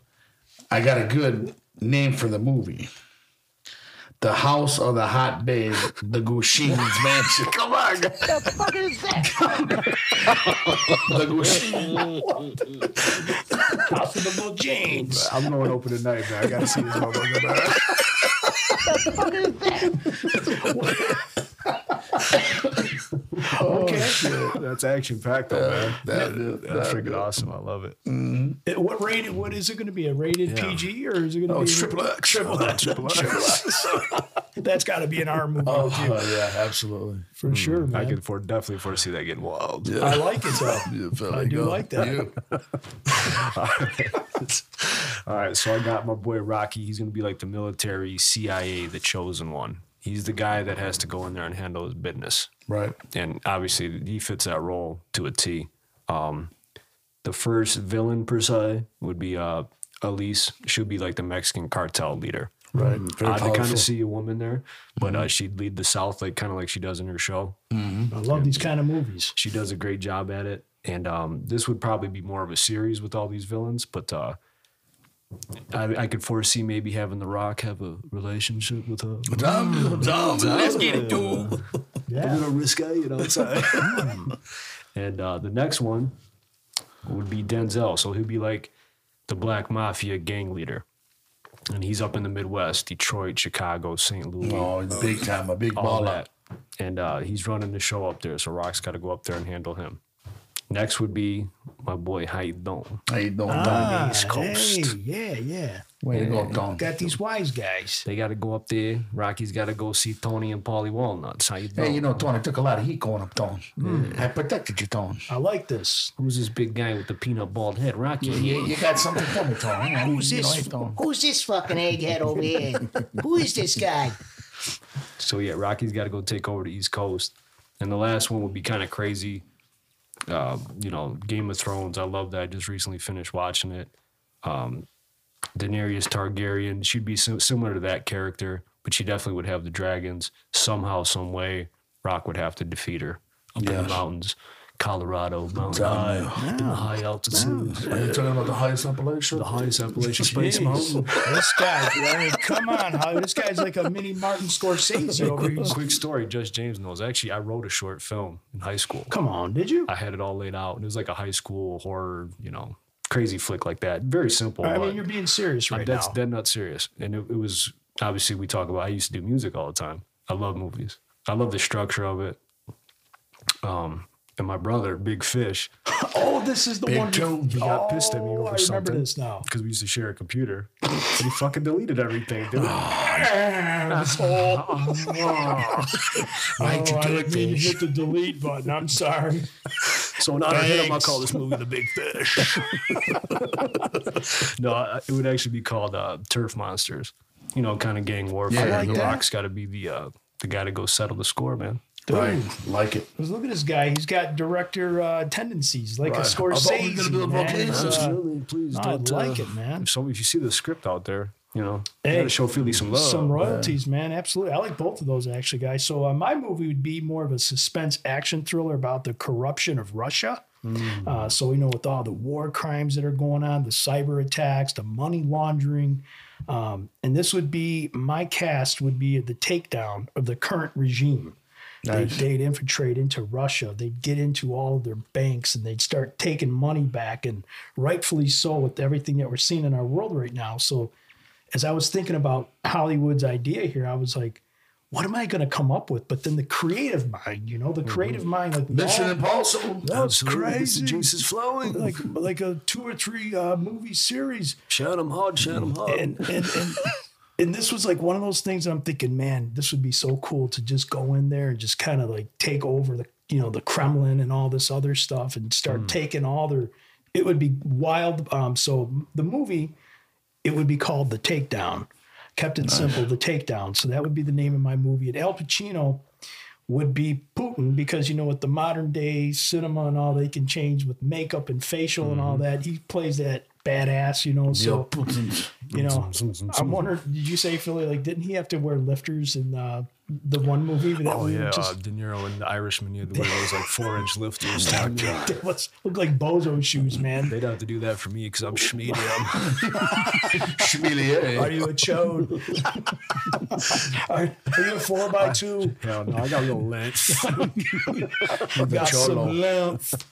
G: I got a good name for the movie. The House of the Hot Babe, the Gushin's Mansion. Come on, guys.
O: the fuck is that?
G: the Gushin.
F: House of the Blue Jeans.
E: I'm going open tonight, man. I gotta see this motherfucker.
O: The fuck is that?
G: Okay,
E: Oh, shit. That's action packed, though, man.
G: that- that-
E: That's freaking awesome. I love it.
F: It- What rated? What is it going to be? A rated
E: Yeah.
F: PG or is it going to
E: Oh,
F: be
E: it's triple X.
F: Triple X.
E: Triple X.
F: Triple X. That's got to be an R movie.
G: Oh,
F: too.
G: yeah, absolutely.
F: For sure, man.
E: uh, I can for, definitely foresee that getting wild.
F: I like it though.
G: Yeah, fella,
F: I do
G: go.
F: like that.
G: You.
E: All right, so I got my boy Rocky. He's gonna be like the military CIA, the chosen one. He's the guy that has to go in there and handle his business.
G: Right.
E: And obviously, he fits that role to a T. Um, the first villain per se would be uh, Elise. She'd be like the Mexican cartel leader.
G: Right. Very
E: Odd to kind
G: powerful. Mm-hmm.
E: of see a woman there, but uh, she'd lead the South like kind of like she does in her show.
F: I love these kind of movies.
E: She does a great job at it. And um, this would probably be more of a series with all these villains, but uh, I, I could foresee maybe having The Rock have a relationship with her.
I: Dumb, dumb, let's get it, dude.
E: A little risque, you know. it's, uh, and uh, the next one would be Denzel. So he'd be like the Black Mafia gang leader. And he's up in the Midwest, Detroit, Chicago, St. Louis.
G: Oh, big time, a big
E: all
G: baller.
E: that. And uh, he's running the show up there. So Rock's got to go up there and handle him. Next would be my boy, how you doing?
G: How you doing?
E: on
F: Ah,
E: the East Coast.
F: hey, yeah, yeah.
G: Way to go, Don.
F: Got these wise guys.
E: They got to go up there. Rocky's got to go see Tony and Polly Walnuts. How you doing?
G: Hey, you know, Tony, it took a lot of heat going up, Tony. I protected you, Tony.
F: I like this.
E: Who's this big guy with the peanut bald head? Rocky.
G: You, you, you got something for me, Tony. I-
H: Who's
G: you know, hey,
H: this?
G: Tony.
H: Who's this fucking egghead over here? Who is this guy?
E: So yeah, Rocky's got to go take over the East Coast, and the last one would be kind of crazy. Uh, you know, Game of Thrones. I love that. I just recently finished watching it. Um, Daenerys Targaryen. She'd be sim- similar to that character, but she definitely would have the dragons somehow, some way. Rock would have to defeat her up in the
G: Yes.
E: mountains, Colorado, Mountain
G: Damn.
E: High, the high altitude,
G: Are you talking about the highest Appalachian?
E: the highest Appalachian Space
F: Jeez.
E: Mountain.
F: This guy, I mean, come on, Holly. This guy's like a mini Martin Scorsese over here.
E: Quick, quick story, Judge James knows. Actually, I wrote a short film in high school.
F: Come on, did you?
E: I had it all laid out, and it was like a high school horror, you know, crazy flick like that. Very simple.
F: I
E: but
F: mean, you're being serious right
E: that's
F: now.
E: that's not serious. And it, it was obviously we talk about. I used to do music all the time. I love movies. I love the structure of it. Um, and my brother, Big Fish,
F: oh, this is the
E: Big
F: one.
E: Toe, he got pissed at me
F: Oh,
E: over
F: I remember
E: something.
F: this now.
E: because we used to share a computer, he fucking deleted everything, dude.
F: Asshole.
G: Why'd you
F: Oh, I
G: do
F: didn't mean to
G: this?
F: hit the delete button. I'm sorry.
E: so in honor of him, I
F: Thanks.
E: call this movie The Big Fish. no, I- it would actually be called uh, Turf Monsters. You know, kind of gang warfare.
G: Yeah, I like
E: the
G: that.
E: Rock's got to be the uh, the guy to go settle the score, man.
G: Right. Like it.
F: 'Cause look at this guy. He's got director uh, tendencies, like
G: Right.
F: a
G: I thought we were
F: Scorsese.
G: gonna build
F: man.
G: volcanoes.
F: Uh,
E: please
F: I like it, man.
E: If, some, if you see the script out there, you know, you
F: Hey,
E: got to show Philly some love.
F: Some royalties, man. Absolutely. I like both of those, actually, guys. So, uh, my movie would be more of a suspense action thriller about the corruption of Russia. Uh, so, we know with all the war crimes that are going on, the cyber attacks, the money laundering. Um, and this would be my cast would be the takedown of the current regime.
G: Nice.
F: They, would infiltrate into Russia. They'd get into all of their banks and they'd start taking money back, and rightfully so, with everything that we're seeing in our world right now. So, as I was thinking about Hollywood's idea here, I was like, what am I going to come up with? But then the creative mind, you know, the creative mind, like
G: Mm-hmm. Mission
F: no,
G: Impossible.
F: that's
E: Absolutely,
F: crazy.
E: The juice is flowing.
F: Like like a two or three uh, movie series,
E: shout him hard, shout him hard.
F: and and and, and this was like one of those things. I'm thinking, man, this would be so cool to just go in there and just kind of like take over the you know the Kremlin and all this other stuff and start taking all their. It would be wild. Um, so the movie, it would be called The Takedown. Kept it simple, The Takedown. So that would be the name of my movie. And Al Pacino would be Putin because you know with the modern day cinema and all they can change with makeup and facial and all that. He plays that badass, you know. So
G: Yo, Putin.
F: you know, I'm wondering. Did you say Philly? Like, didn't he have to wear lifters in uh, the one movie that
E: Oh
F: we
E: yeah, uh,
F: just
E: De Niro and the Irishman, you had to wear those like four inch
F: Oh
E: lifters.
F: that was look like bozo shoes, man?
E: They'd have to do that for me
F: Oh
E: because I'm schmedium.
F: Are
G: Schmelier.
F: you a chode? are, are you a four by two?
E: Hell no, I got a little length. cholo.
F: Got some length.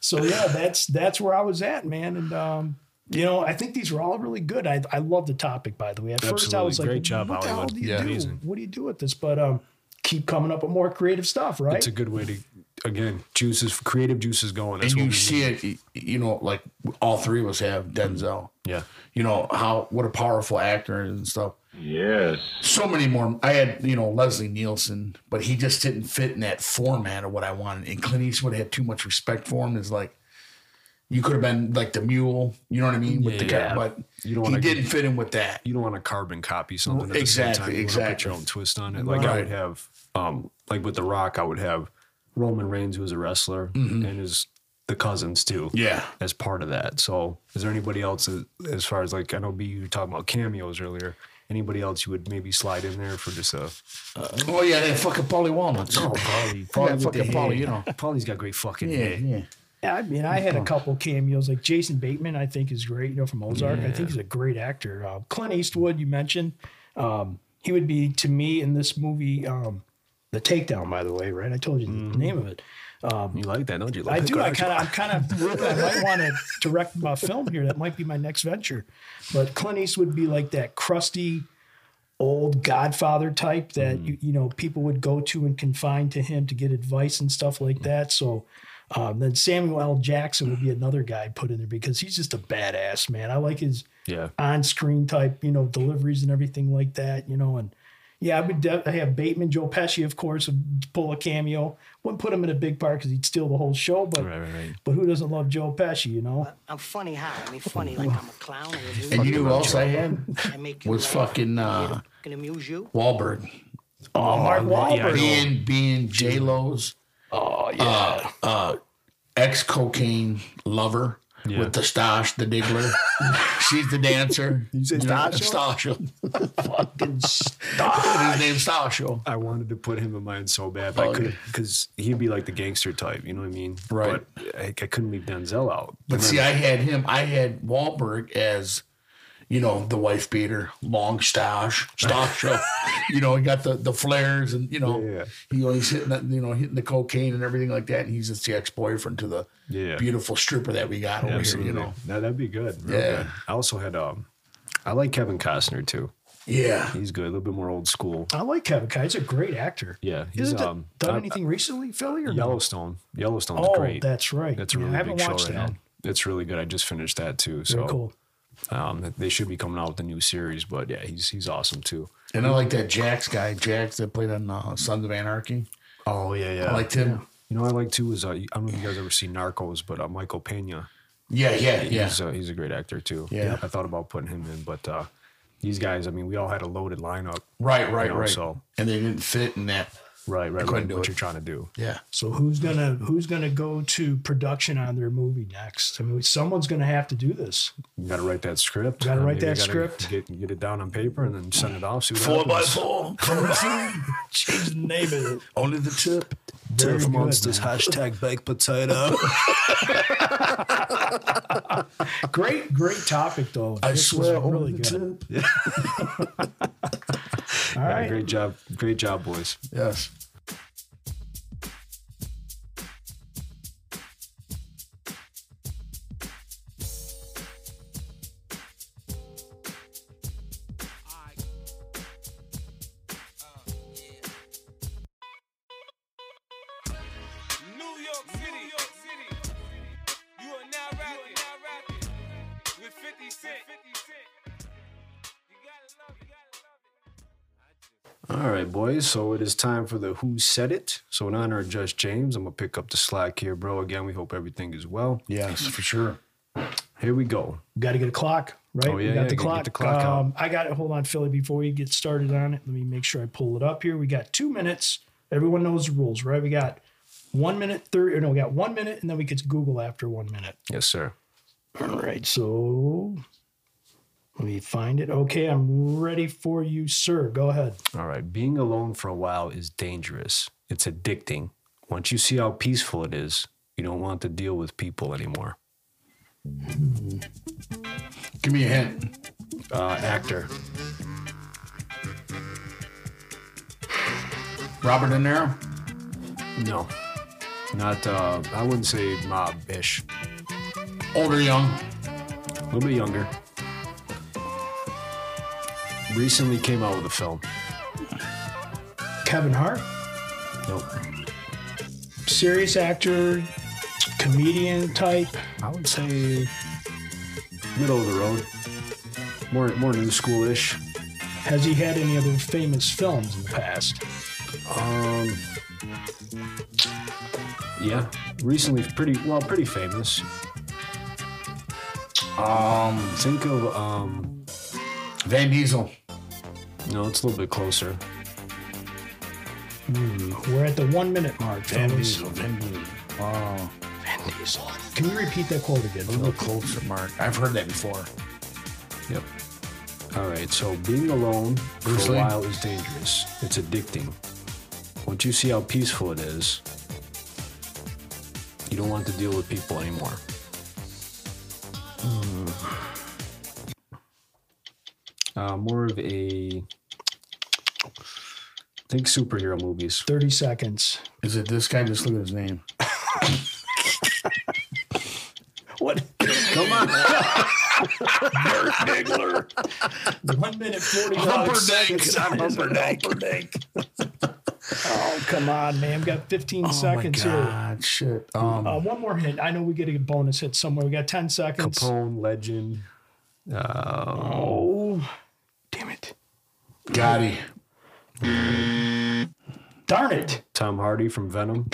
F: So yeah, that's that's where I was at, man. And um, you know, I think these were all really good. I I love the topic, by the way. At first, I
E: Absolutely.
F: was like,
E: Great job,
F: what the hell
E: Hollywood.
F: do you
E: Yeah.
F: do?
E: Amazing.
F: What do you do with this? But um, keep coming up with more creative stuff, right?
E: It's a good way to again, juices, creative juices going. That's what
G: and eh, you
E: we
G: see
E: need.
G: it, y- you know, like all three of us have Denzel.
E: Yeah.
G: You know how what a powerful actor and stuff.
O: Yes.
G: So many more. I had you know Leslie Nielsen, but he just didn't fit in that format of what I wanted. And Clint Eastwood had too much respect for him. Is like you could have been like the mule. You know what I mean? With the guy, but
E: you don't
G: he
E: wanna-
G: didn't fit in with that.
E: You don't want to carbon copy something. At
G: Exactly,
E: The same time. You wanna Put
G: exactly.
E: your own twist on it. Like I
G: Right.
E: would have, um, like with The Rock, I would have Roman Reigns, who was a wrestler,
G: Mhm.
E: and his the cousins too.
G: Yeah.
E: As part of that. So, is there anybody else as, as far as like I know, B, you were talking about cameos earlier. Anybody else you would maybe slide in there for just a?
G: Oh yeah, that fucking Paulie Walnuts.
E: Oh, Paulie,
G: Paulie
E: Yeah,
G: with the
E: fucking Paulie.
G: head.
E: You know, Paulie's got great fucking
G: Yeah,
E: head.
G: yeah.
F: Yeah, I mean, I had a couple cameos like Jason Bateman. I think is great. You know, from Ozark. I think he's a great actor. Uh, Clint Eastwood, you mentioned, um, he would be to me in this movie, um, The Takedown. By the way, right? I told you the name of it. Um,
E: you like that, don't you?
F: I do. I
E: Like-
F: kind of, I'm kind of, I might want to direct my film here. That might be my next venture. But Clint Eastwood would be like that crusty, old Godfather type that
E: Mm.
F: you, you know people would go to and confine to him to get advice and stuff
E: Mm.
F: like that. So um, then Samuel L. Jackson would be another guy put in there because he's just a badass man. I like his
E: Yeah.
F: on-screen type, you know, deliveries and everything like that, you know, and yeah, I would de- I have Bateman, Joe Pesci, of course, would pull a cameo. Wouldn't put him in a big part because he'd steal the whole show, but but who doesn't love Joe Pesci, you know?
P: I'm funny how? I mean, funny like I'm a clown.
G: And you knew who else I had
P: I make you
G: was
P: laugh.
G: fucking uh,
P: Can amuse you.
G: Wahlberg. Oh,
P: Mark Wahlberg.
G: Being being J Lo's. Oh yeah. Uh, uh, Ex cocaine lover with the stash, the diggler. She's the dancer. You
E: said
G: Stasha?
F: Fucking
G: Stasha. His name's Stasha.
E: I wanted to put him in mine so bad, but I
G: Okay.
E: could because he'd be like the gangster type. You know what I mean?
G: Right.
E: But I, I couldn't leave Denzel out.
G: But see, I had him. I had Wahlberg as, you know, the wife beater, long stash, stash. you know, he got the the flares, and you know, he always hitting that, you know, hitting the cocaine and everything like that. And he's just the ex boyfriend to the
E: Yeah.
G: beautiful stripper that we got over here. You know,
E: Now that'd be good. real
G: Yeah.
E: good. I also had um, I like Kevin Costner too.
G: Yeah.
E: he's good. A little bit more old school.
F: I like Kevin Costner. He's a great actor.
E: Yeah, he's
F: Isn't
E: um
F: done
E: I-
F: anything recently, Philly? Or no?
E: Yellowstone. Yellowstone's
F: Oh,
E: great.
F: that's right.
E: That's a
F: Yeah, I
E: really
F: haven't
E: big show
F: watched
E: right
F: that.
E: now. It's really good. I just finished that too. So
F: Very cool.
E: Um, they should be coming out with a new series, but yeah, he's he's awesome too.
G: and I like that Jax guy, Jax that played on uh, Sons of Anarchy.
E: Oh yeah, yeah.
G: I liked him.
E: You know, what I like too is uh, I don't know if you guys ever seen Narcos, but uh, Michael Pena.
G: Yeah, yeah, yeah.
E: He's a, he's a great actor too.
G: Yeah.
E: I thought about putting him in, but uh, these guys, I mean, we all had a loaded lineup.
G: Right,
E: you
G: right,
E: know,
G: right.
E: So
G: and they didn't fit in that.
E: Right, right,
G: couldn't
E: right.
G: do
E: What
G: it.
E: you're trying to do.
G: Yeah.
F: So who's gonna who's gonna go to production on their movie next? I mean, someone's gonna have to do this.
E: You got to write that script.
F: Gotta
E: I
F: write
E: mean,
F: that
E: you
F: script.
E: Get, get it down on paper and then send it off. See what
G: Four by
E: happens.
G: four.
F: Change the name of it.
G: Only the tip.
F: Very
L: Turf
F: good,
L: Monsters hashtag baked potato.
F: Great, great topic though.
G: I
F: This was
G: swear, only
F: really
G: the tip.
F: good. All
E: Yeah,
F: right.
E: Great job. Great job, boys.
G: Yes.
M: New York City. New York City. You are now rapping. You are now rapping. With 50 Cent. 50 Cent. You gotta love it. You gotta love it.
E: All right, boys. So it is time for the Who Said It. So in honor of Judge James, I'm gonna pick up the slack here, bro. Again, we hope everything is well.
G: Yes, for sure.
E: Here we go.
F: Got to get a clock, right?
E: Oh, yeah,
F: we
E: yeah,
F: got the
E: get- get
F: clock. Um,
E: the clock out.
F: I got it. Hold on, Philly. Before we get started on it, let me make sure I pull it up here. We got two minutes. Everyone knows the rules, right? We got one minute thirty. Or no, we got one minute, and then we could Google after one minute.
E: Yes, sir.
F: All right, so let me find it. Okay, I'm ready for you, sir. Go ahead.
E: All right. Being alone for a while is dangerous. It's addicting. Once you see how peaceful it is, you don't want to deal with people anymore.
G: Give me a hint.
E: Uh, actor.
G: Robert De Niro?
E: No. Not, uh, I wouldn't say mob ish.
G: Older, young.
E: A little bit younger. Recently came out with a film.
F: Kevin Hart.
E: Nope.
F: serious actor, comedian type.
E: I would say middle of the road. More more new schoolish.
F: Has he had any other famous films in the past?
E: Um, yeah, recently pretty well, pretty famous. Um, think of um,
G: Van Diesel.
E: No, it's a little bit closer.
F: Mm-hmm. We're at the one minute mark.
G: Van
F: fellas.
G: Diesel. Van Diesel. Wow.
F: Van Diesel. Can you repeat that quote again?
G: A little closer, Mark. I've heard that before.
E: Yep. All right. So being alone
G: Bruce
E: for a
G: Lee?
E: while is dangerous. It's addicting. Once you see how peaceful it is, you don't want to deal with people anymore. Uh, more of a think superhero movies.
F: 30 seconds.
G: Is it this guy? Just look at his name.
F: What?
G: Come on.
F: Bert Diggler. One minute forty seconds.
G: I'm Humperdinck.
F: Oh come on, man! We've got fifteen seconds
G: oh my
F: here.
G: God, shit. Um,
F: Uh, one more hit. I know we get a bonus hit somewhere. We got ten seconds.
E: Capone legend.
F: Oh, damn it!
G: Gotti.
F: Darn it!
E: Tom Hardy from Venom.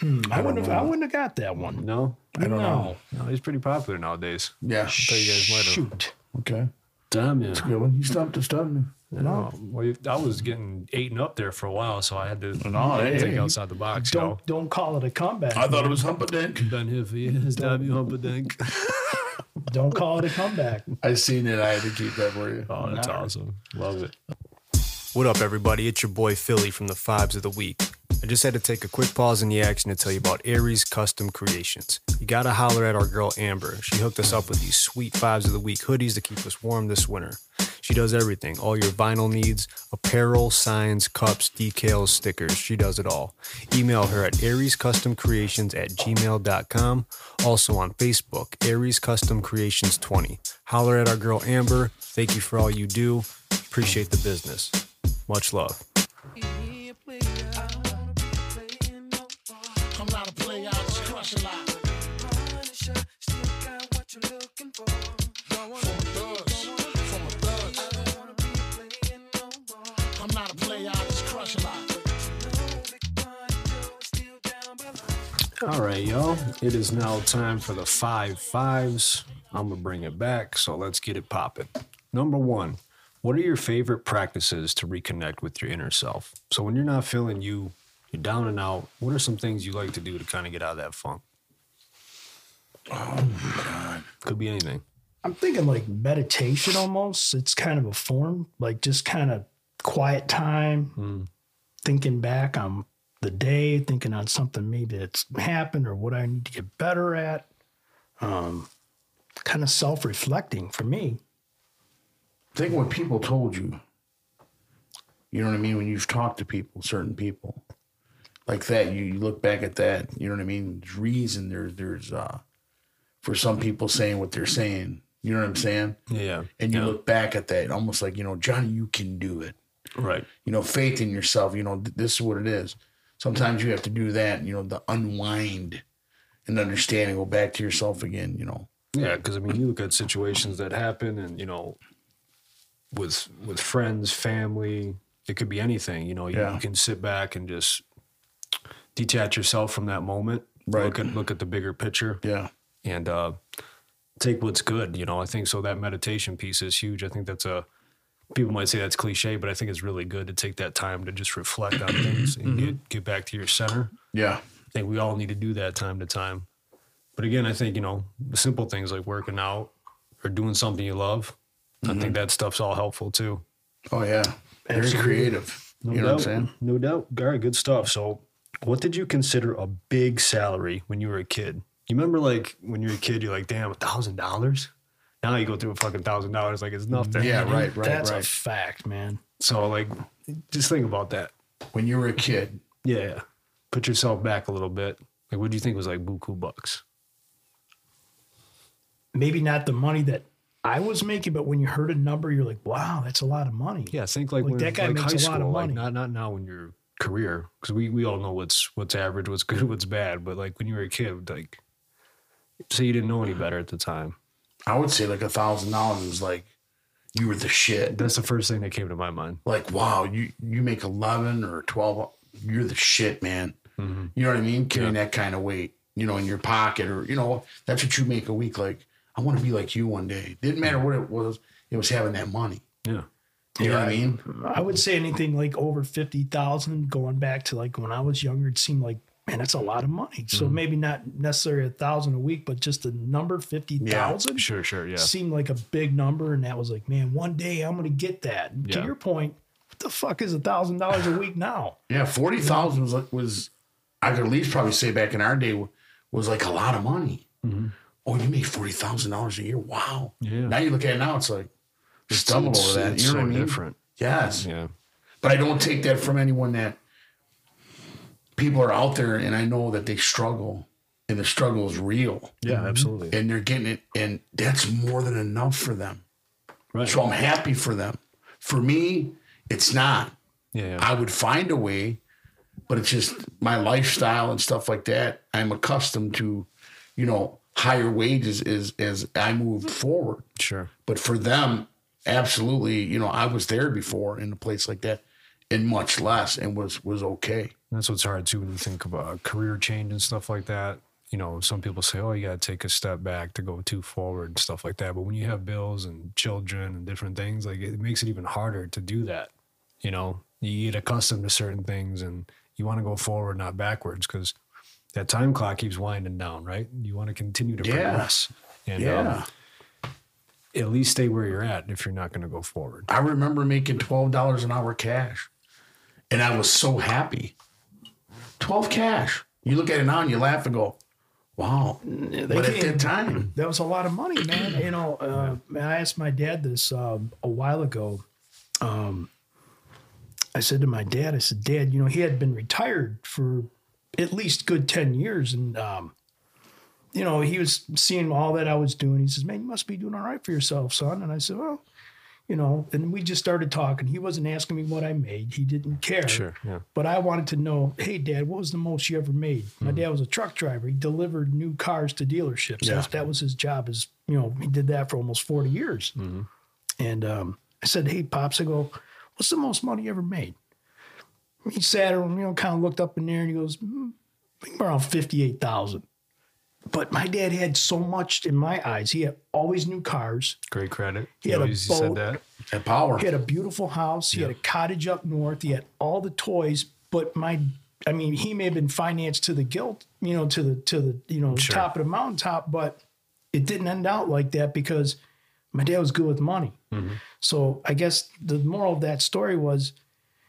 F: Hmm, I, wouldn't have. I
E: know.
F: wouldn't have got that one.
E: No,
F: I don't know.
E: No, he's pretty popular nowadays.
G: Yeah.
E: I thought you guys might have.
F: Shoot.
G: Okay.
E: Damn
G: That's a
E: it.
G: good one. You stumped us, stumped me.
E: No, well, you- I was getting eaten up there for a while, so I had to
G: No, hey,
E: think
G: hey.
E: outside the box. you know?
F: Don't don't call it a comeback.
G: I thought it was Humperdinck.
E: Done here for years, W Humperdinck.
F: Don't call it a comeback.
G: I seen it. I had to keep that for you.
E: Oh, that's awesome. Love it.
L: What up, everybody? It's your boy Philly from the Fives of the Week. I just had to take a quick pause in the action to tell you about Aries Custom Creations. You gotta holler at our girl Amber. She hooked us up with these sweet Fives of the Week hoodies to keep us warm this winter. She does everything all your vinyl needs, apparel, signs, cups, decals, stickers. She does it all. Email her at ariescustomcreations at gmail.com. Also on Facebook, Aries Custom Creations 20. Holler at our girl Amber. Thank you for all you do. Appreciate the business. Much love.
I: I'm not a player, I just crush a lot. I'm not a player, I just crush a lot.
E: All right, y'all. It is now time for the five fives. I'm gonna bring it back, so let's get it popping. Number one, what are your favorite practices to reconnect with your inner self? So when you're not feeling you, you're down and out. What are some things you like to do to kind of get out of that funk? Oh God, could be anything.
F: I'm thinking like meditation almost. It's kind of a form, like just kind of quiet time,
G: Hmm.
F: thinking back on the day, thinking on something maybe that's happened or what I need to get better at. Um, kind of self reflecting for me.
G: Think what people told you. You know what I mean? When you've talked to people, certain people, like that, you, you look back at that. You know what I mean? There's reason there, there's uh, for some people saying what they're saying. You know what I'm saying?
E: Yeah,
G: And you look back at that, almost like you know, Johnny, you can do it.
E: right.
G: you know, faith in yourself. You know, th- this is what it is. Sometimes you have to do that, you know, the unwind and understand and go back to yourself again, you know.
E: Yeah, because I mean, you look at situations that happen, and you know, with with friends, family, it could be anything. You know, you,
G: Yeah.
E: you can sit back and just detach yourself from that moment.
G: Right.
E: Look at look at the bigger picture.
G: Yeah.
E: And uh, take what's good. You know, I think so. That meditation piece is huge. I think that's a people might say that's cliche, but I think it's really good to take that time to just reflect on things and get get back to your center.
G: Yeah.
E: I think we all need to do that time to time. But again, I think, you know, the simple things like working out or doing something you love, I think that stuff's all helpful too.
G: Oh yeah. Very
E: Absolutely.
G: creative.
E: No
G: you know
E: doubt.
G: what I'm saying?
E: No doubt. Gary, good stuff. So, what did you consider a big salary when you were a kid? You remember, like, when you were a kid, you're like, damn, a $1,000? Now you go through a fucking $1,000 like it's nothing.
G: Yeah, right, right,
F: That's a
G: right.
F: fact, man.
E: So, like, just think about that.
G: When you were a kid,
E: Yeah. Put yourself back a little bit. Like, what do you think was like buku bucks?
F: Maybe not the money that I was making, but when you heard a number, you're like, wow, that's a lot of money.
E: Yeah, think like,
F: Like,
E: when
F: that guy
E: like
F: makes
E: high
F: a
E: school,
F: lot of
E: like
F: money.
E: not not now when you're career because we, we all know what's what's average, what's good, what's bad. But like when you were a kid, like say you didn't know any better at the time.
G: I would say like a thousand dollars was like you were the shit.
E: That's the first thing that came to my mind.
G: Like, wow, you you make eleven or twelve, you're the shit, man.
E: Mm-hmm.
G: You know what I mean? Carrying that kind of weight, you know, in your pocket, or you know, that's what you make a week. Like, I want to be like you one day. Didn't matter what it was, it was having that money.
E: Yeah.
G: You know what I mean?
F: I would say anything like over fifty thousand. Going back to like when I was younger, it seemed like man, that's a lot of money. So
E: Mm-hmm.
F: maybe not necessarily a thousand a week, but just the number fifty thousand
E: Sure, sure, yeah.
F: seemed like a big number, and that was like, man, one day I'm gonna get that. And
G: Yeah.
F: To your point, what the fuck is a thousand dollars a week now?
G: Yeah, forty thousand was like- was I could at least probably say back in our day wa- was like a lot of money.
E: Mm-hmm.
G: Oh, you made forty thousand dollars a year? Wow.
E: Yeah.
G: Now you look at it now, it's like
E: It's-
G: stumble
E: it's-
G: over that.
E: it's
G: You know
E: so
G: what I mean?
E: different.
G: Yes.
E: Yeah.
G: But I don't take that from anyone that people are out there, and I know that they struggle, and the struggle is real.
E: Yeah, absolutely.
G: And they're getting it, and that's more than enough for them.
E: Right.
G: So I'm happy for them. For me, it's not.
E: Yeah.
G: I would find a way, but it's just my lifestyle and stuff like that. I'm accustomed to, you know, higher wages as as I move forward.
E: Sure.
G: But for them, absolutely, you know, I was there before in a place like that and much less and was was okay.
E: That's what's hard too when you think about career change and stuff like that. You know, some people say, "Oh, you got to take a step back to go too forward" and stuff like that. But when you have bills and children and different things, like it makes it even harder to do that. You know, you get accustomed to certain things, and you want to go forward, not backwards, because that time clock keeps winding down. Right? You want to continue to
G: Yeah.
E: progress, and
G: Yeah.
E: um, at least stay where you're at if you're not going to go forward.
G: I remember making twelve dollars an hour cash. And I was so happy. Twelve cash. You look at it now and you laugh and go, Wow. but at
F: came-
G: that time,
F: that was a lot of money, man. You know, uh, man, I asked my dad this um, a while ago. Um, I said to my dad, I said, Dad, you know, he had been retired for at least good 10 years. And, um, you know, he was seeing all that I was doing. He says, Man, you must be doing all right for yourself, son. And I said, Well, you know, and we just started talking. He wasn't asking me what I made, he didn't care.
E: Sure. Yeah.
F: But I wanted to know, hey, Dad, what was the most you ever made? My dad was a truck driver. He delivered new cars to dealerships.
E: Hmm. Yeah.
F: That's That was his job. Is you know, he did that for almost forty years.
E: Mm-hmm.
F: And um, I said, hey, pops, I go, what's the most money you ever made? He sat around, you know, kind of looked up in there, and he goes, mm, I think around fifty-eight thousand. But my dad had so much in my eyes. He had always new cars.
E: Great credit.
F: He
E: You
F: had a
E: always said
F: boat.
E: that.
G: And power.
F: He had a beautiful house. He had a cottage up north. He had all the toys, but my, I mean, he may have been financed to the guilt, you know, to the to the you know
E: Sure.
F: top of the mountaintop, but it didn't end out like that because my dad was good with money. So I guess the moral of that story was,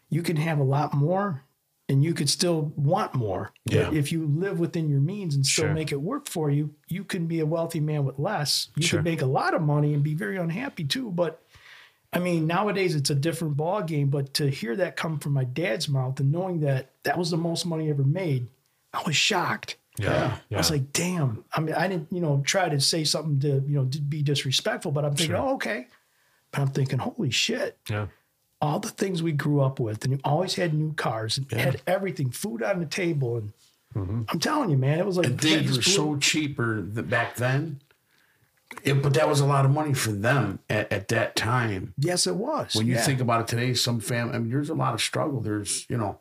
F: you can have a lot more, and you could still want more.
E: Yeah.
F: If you live within your means and still
E: Sure.
F: make it work for you, you can be a wealthy man with less. You
E: Sure.
F: could make a lot of money and be very unhappy too, but I mean, nowadays it's a different ball game, but to hear that come from my dad's mouth and knowing that that was the most money ever made, I was shocked.
E: Yeah.
F: I was
E: yeah.
F: like, damn. I mean, I didn't, you know, try to say something to, you know, to be disrespectful, but I'm thinking,
E: Sure.
F: oh, okay. But I'm thinking, holy shit,
E: yeah.
F: all the things we grew up with, and you always had new cars and
G: Yeah. Mm-hmm.
F: had everything, food on the table. And I'm telling you, man, it was like,
G: and things
F: Vegas
G: were
F: blue-
G: so cheaper th- back then. It- but that was a lot of money for them at, at that time.
F: yes, it was.
G: When you
F: Yeah.
G: think about it today, some fam, I mean, there's a lot of struggle. There's, you know,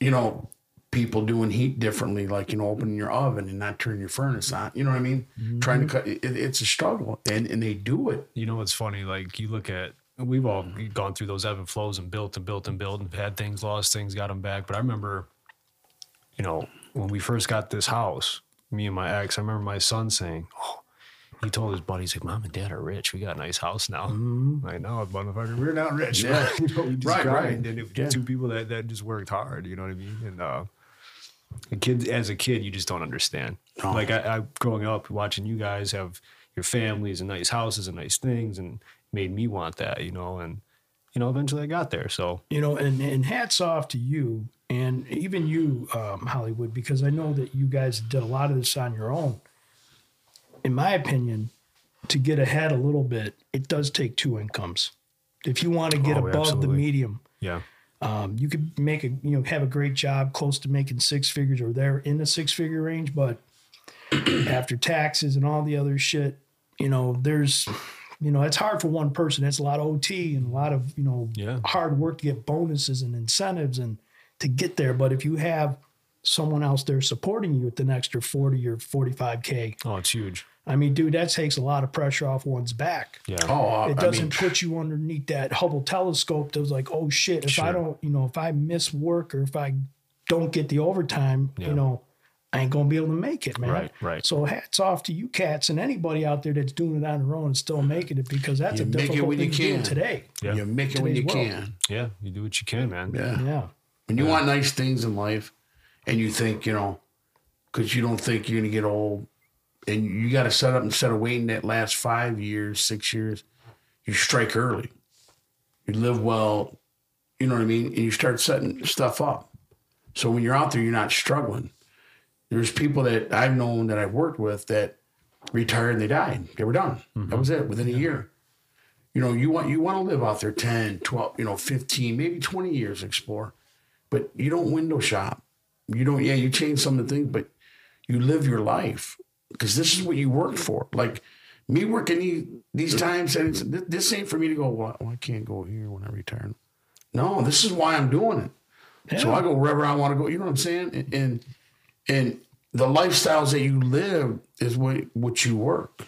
G: you know, people doing heat differently, like you know, opening your oven and not turning your furnace on. You know what I mean?
F: Mm-hmm.
G: Trying to cut, it, it's a struggle, and and they do it.
E: You know what's funny? Like you look at we've all gone through those ebb and flows and built and built and built and had things, lost things, got them back. But I remember, you know, when we first got this house, me and my ex, I remember my son saying, "Oh." He told his buddies, like, Mom and Dad are rich. We got a nice house now. I know, motherfucker. We're not rich.
G: Yeah.
E: but, you know, we just
G: Right, right.
E: grind. And it was
G: Yeah.
E: two people that, that just worked hard. You know what I mean? And uh, a kid as a kid you just don't understand like I, I growing up watching you guys have your families and nice houses and nice things and made me want that you know and you know eventually i got there so
F: you know and, and hats off to you and even you um, hollywood because i know that you guys did a lot of this on your own in my opinion to get ahead a little bit it does take two incomes if you want to get
E: Oh,
F: above the
E: absolutely.
F: medium
E: yeah
F: Um, you could make a you know have a great job close to making six figures or there in the six figure range, but after taxes and all the other shit, you know, there's you know, it's hard for one person. That's a lot of OT and a lot of, you know, hard work to get bonuses and incentives and to get there. But if you have someone else there supporting you with an extra 40 or 45K.
E: Oh, it's huge.
F: I mean, dude, that takes a lot of pressure off one's back.
E: Yeah.
G: Oh, I-
F: it
G: I
F: doesn't
G: mean-
F: put you underneath that Hubble telescope that was like, oh shit, if I
G: Sure.
F: don't, you know, if I miss work or if I don't get the overtime, you know, I ain't gonna be able to make it, man.
E: Right, right.
F: So hats off to you cats and anybody out there that's doing it on their own and still making it because that's
G: You
F: a
G: make it
F: difficult
G: when you
F: thing to do
G: can.
F: today.
E: Yeah.
G: You make it when you
F: Today's world.
G: can.
E: Yeah, you do what you can, man.
G: Yeah.
F: Yeah.
G: When you want nice things in life and you think, you know, because you don't think you're going to get old and you got to set up instead of waiting that last five years, six years, you strike early. You live well, you know what I mean? And you start setting stuff up. So when you're out there, you're not struggling. There's people that I've known that I've worked with that retired and they died. They were done. That was it within a year. You know, you want you want to live out there 10, 12, you know, 15, maybe 20 years explore. But you don't window shop. You don't yeah, you change some of the things, but you live your life because this is what you work for. Like me working these these times and it's, th- this ain't for me to go, well, I can't go here when I retire. No, this is why I'm doing it. So I go wherever I want to go. You know what I'm saying? And, and and the lifestyles that you live is what what you work.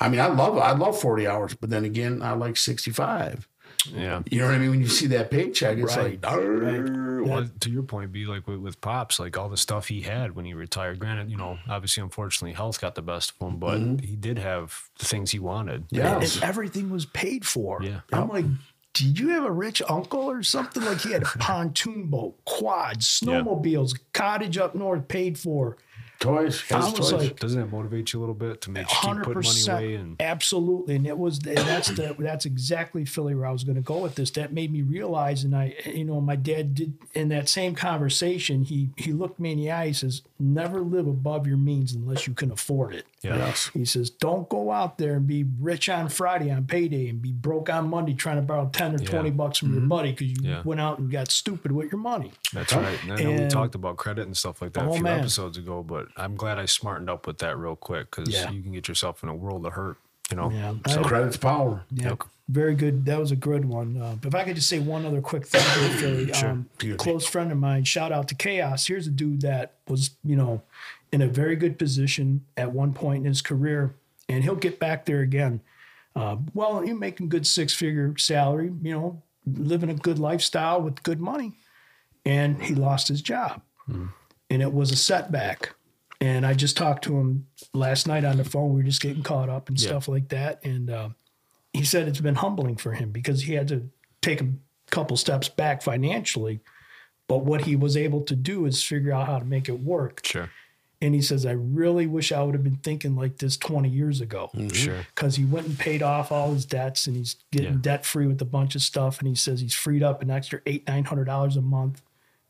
G: I mean, I love I love 40 hours, but then again, I like 65.
E: Yeah.
G: You know what I mean? When you see that paycheck, it's
E: Right.
G: like, "Arr."
E: Well, to your point, be like with, with pops, like all the stuff he had when he retired. Granted, you know, obviously, unfortunately, health got the best of him, but
G: Mm-hmm.
E: he did have the things he wanted.
F: And- And everything was paid for.
E: Yeah.
F: I'm like, did you have a rich uncle or something? Like he had a pontoon boat, quads,
E: Yeah.
F: snowmobiles, cottage up north paid for.
G: Toys.
F: I was like,
E: doesn't that motivate you a little bit to make you keep
F: hundred
E: putting money away?
F: percent,
E: And
F: absolutely. And it was and that's the that's exactly Philly where I was going to go with this. That made me realize, and I, you know, my dad did in that same conversation. He he looked me in the eye. He says, "Never live above your means unless you can afford it."
E: Yeah.
G: Yes.
F: He says, "Don't go out there and be rich on Friday on payday and be broke on Monday trying to borrow ten or
E: Yeah.
F: twenty bucks from your buddy because you
E: Yeah.
F: went out and got stupid with your money."
E: that's right. And I know we
F: And-
E: talked about credit and stuff like that
F: Oh,
E: a few
F: man.
E: episodes ago, but I'm glad I smartened up with that real quick because
F: Yeah.
E: you can get yourself in a world of hurt. You know,
F: Yeah.
E: so
F: I-
G: credit's power.
F: Yeah, very good. That was a good one. Uh, if I could just say one other quick thing, here, Philly,
G: Sure.
F: um,
G: Excuse me.
F: close friend of mine, shout out to Chaos. Here's a dude that was, you know, in a very good position at one point in his career, and he'll get back there again. Uh, well, you're making good six figure salary, you know, living a good lifestyle with good money, and he lost his job, and it was a setback. And I just talked to him last night on the phone. We were just getting caught up and
E: Yeah.
F: stuff like that, and. Uh, he said it's been humbling for him because he had to take a couple steps back financially. But what he was able to do is figure out how to make it work.
E: Sure.
F: And he says, I really wish I would have been thinking like this 20 years ago.
E: Mm-hmm. Sure.
F: Because he went and paid off all his debts and he's getting debt free with a bunch of stuff. And he says he's freed up an extra eight, nine hundred dollars a month.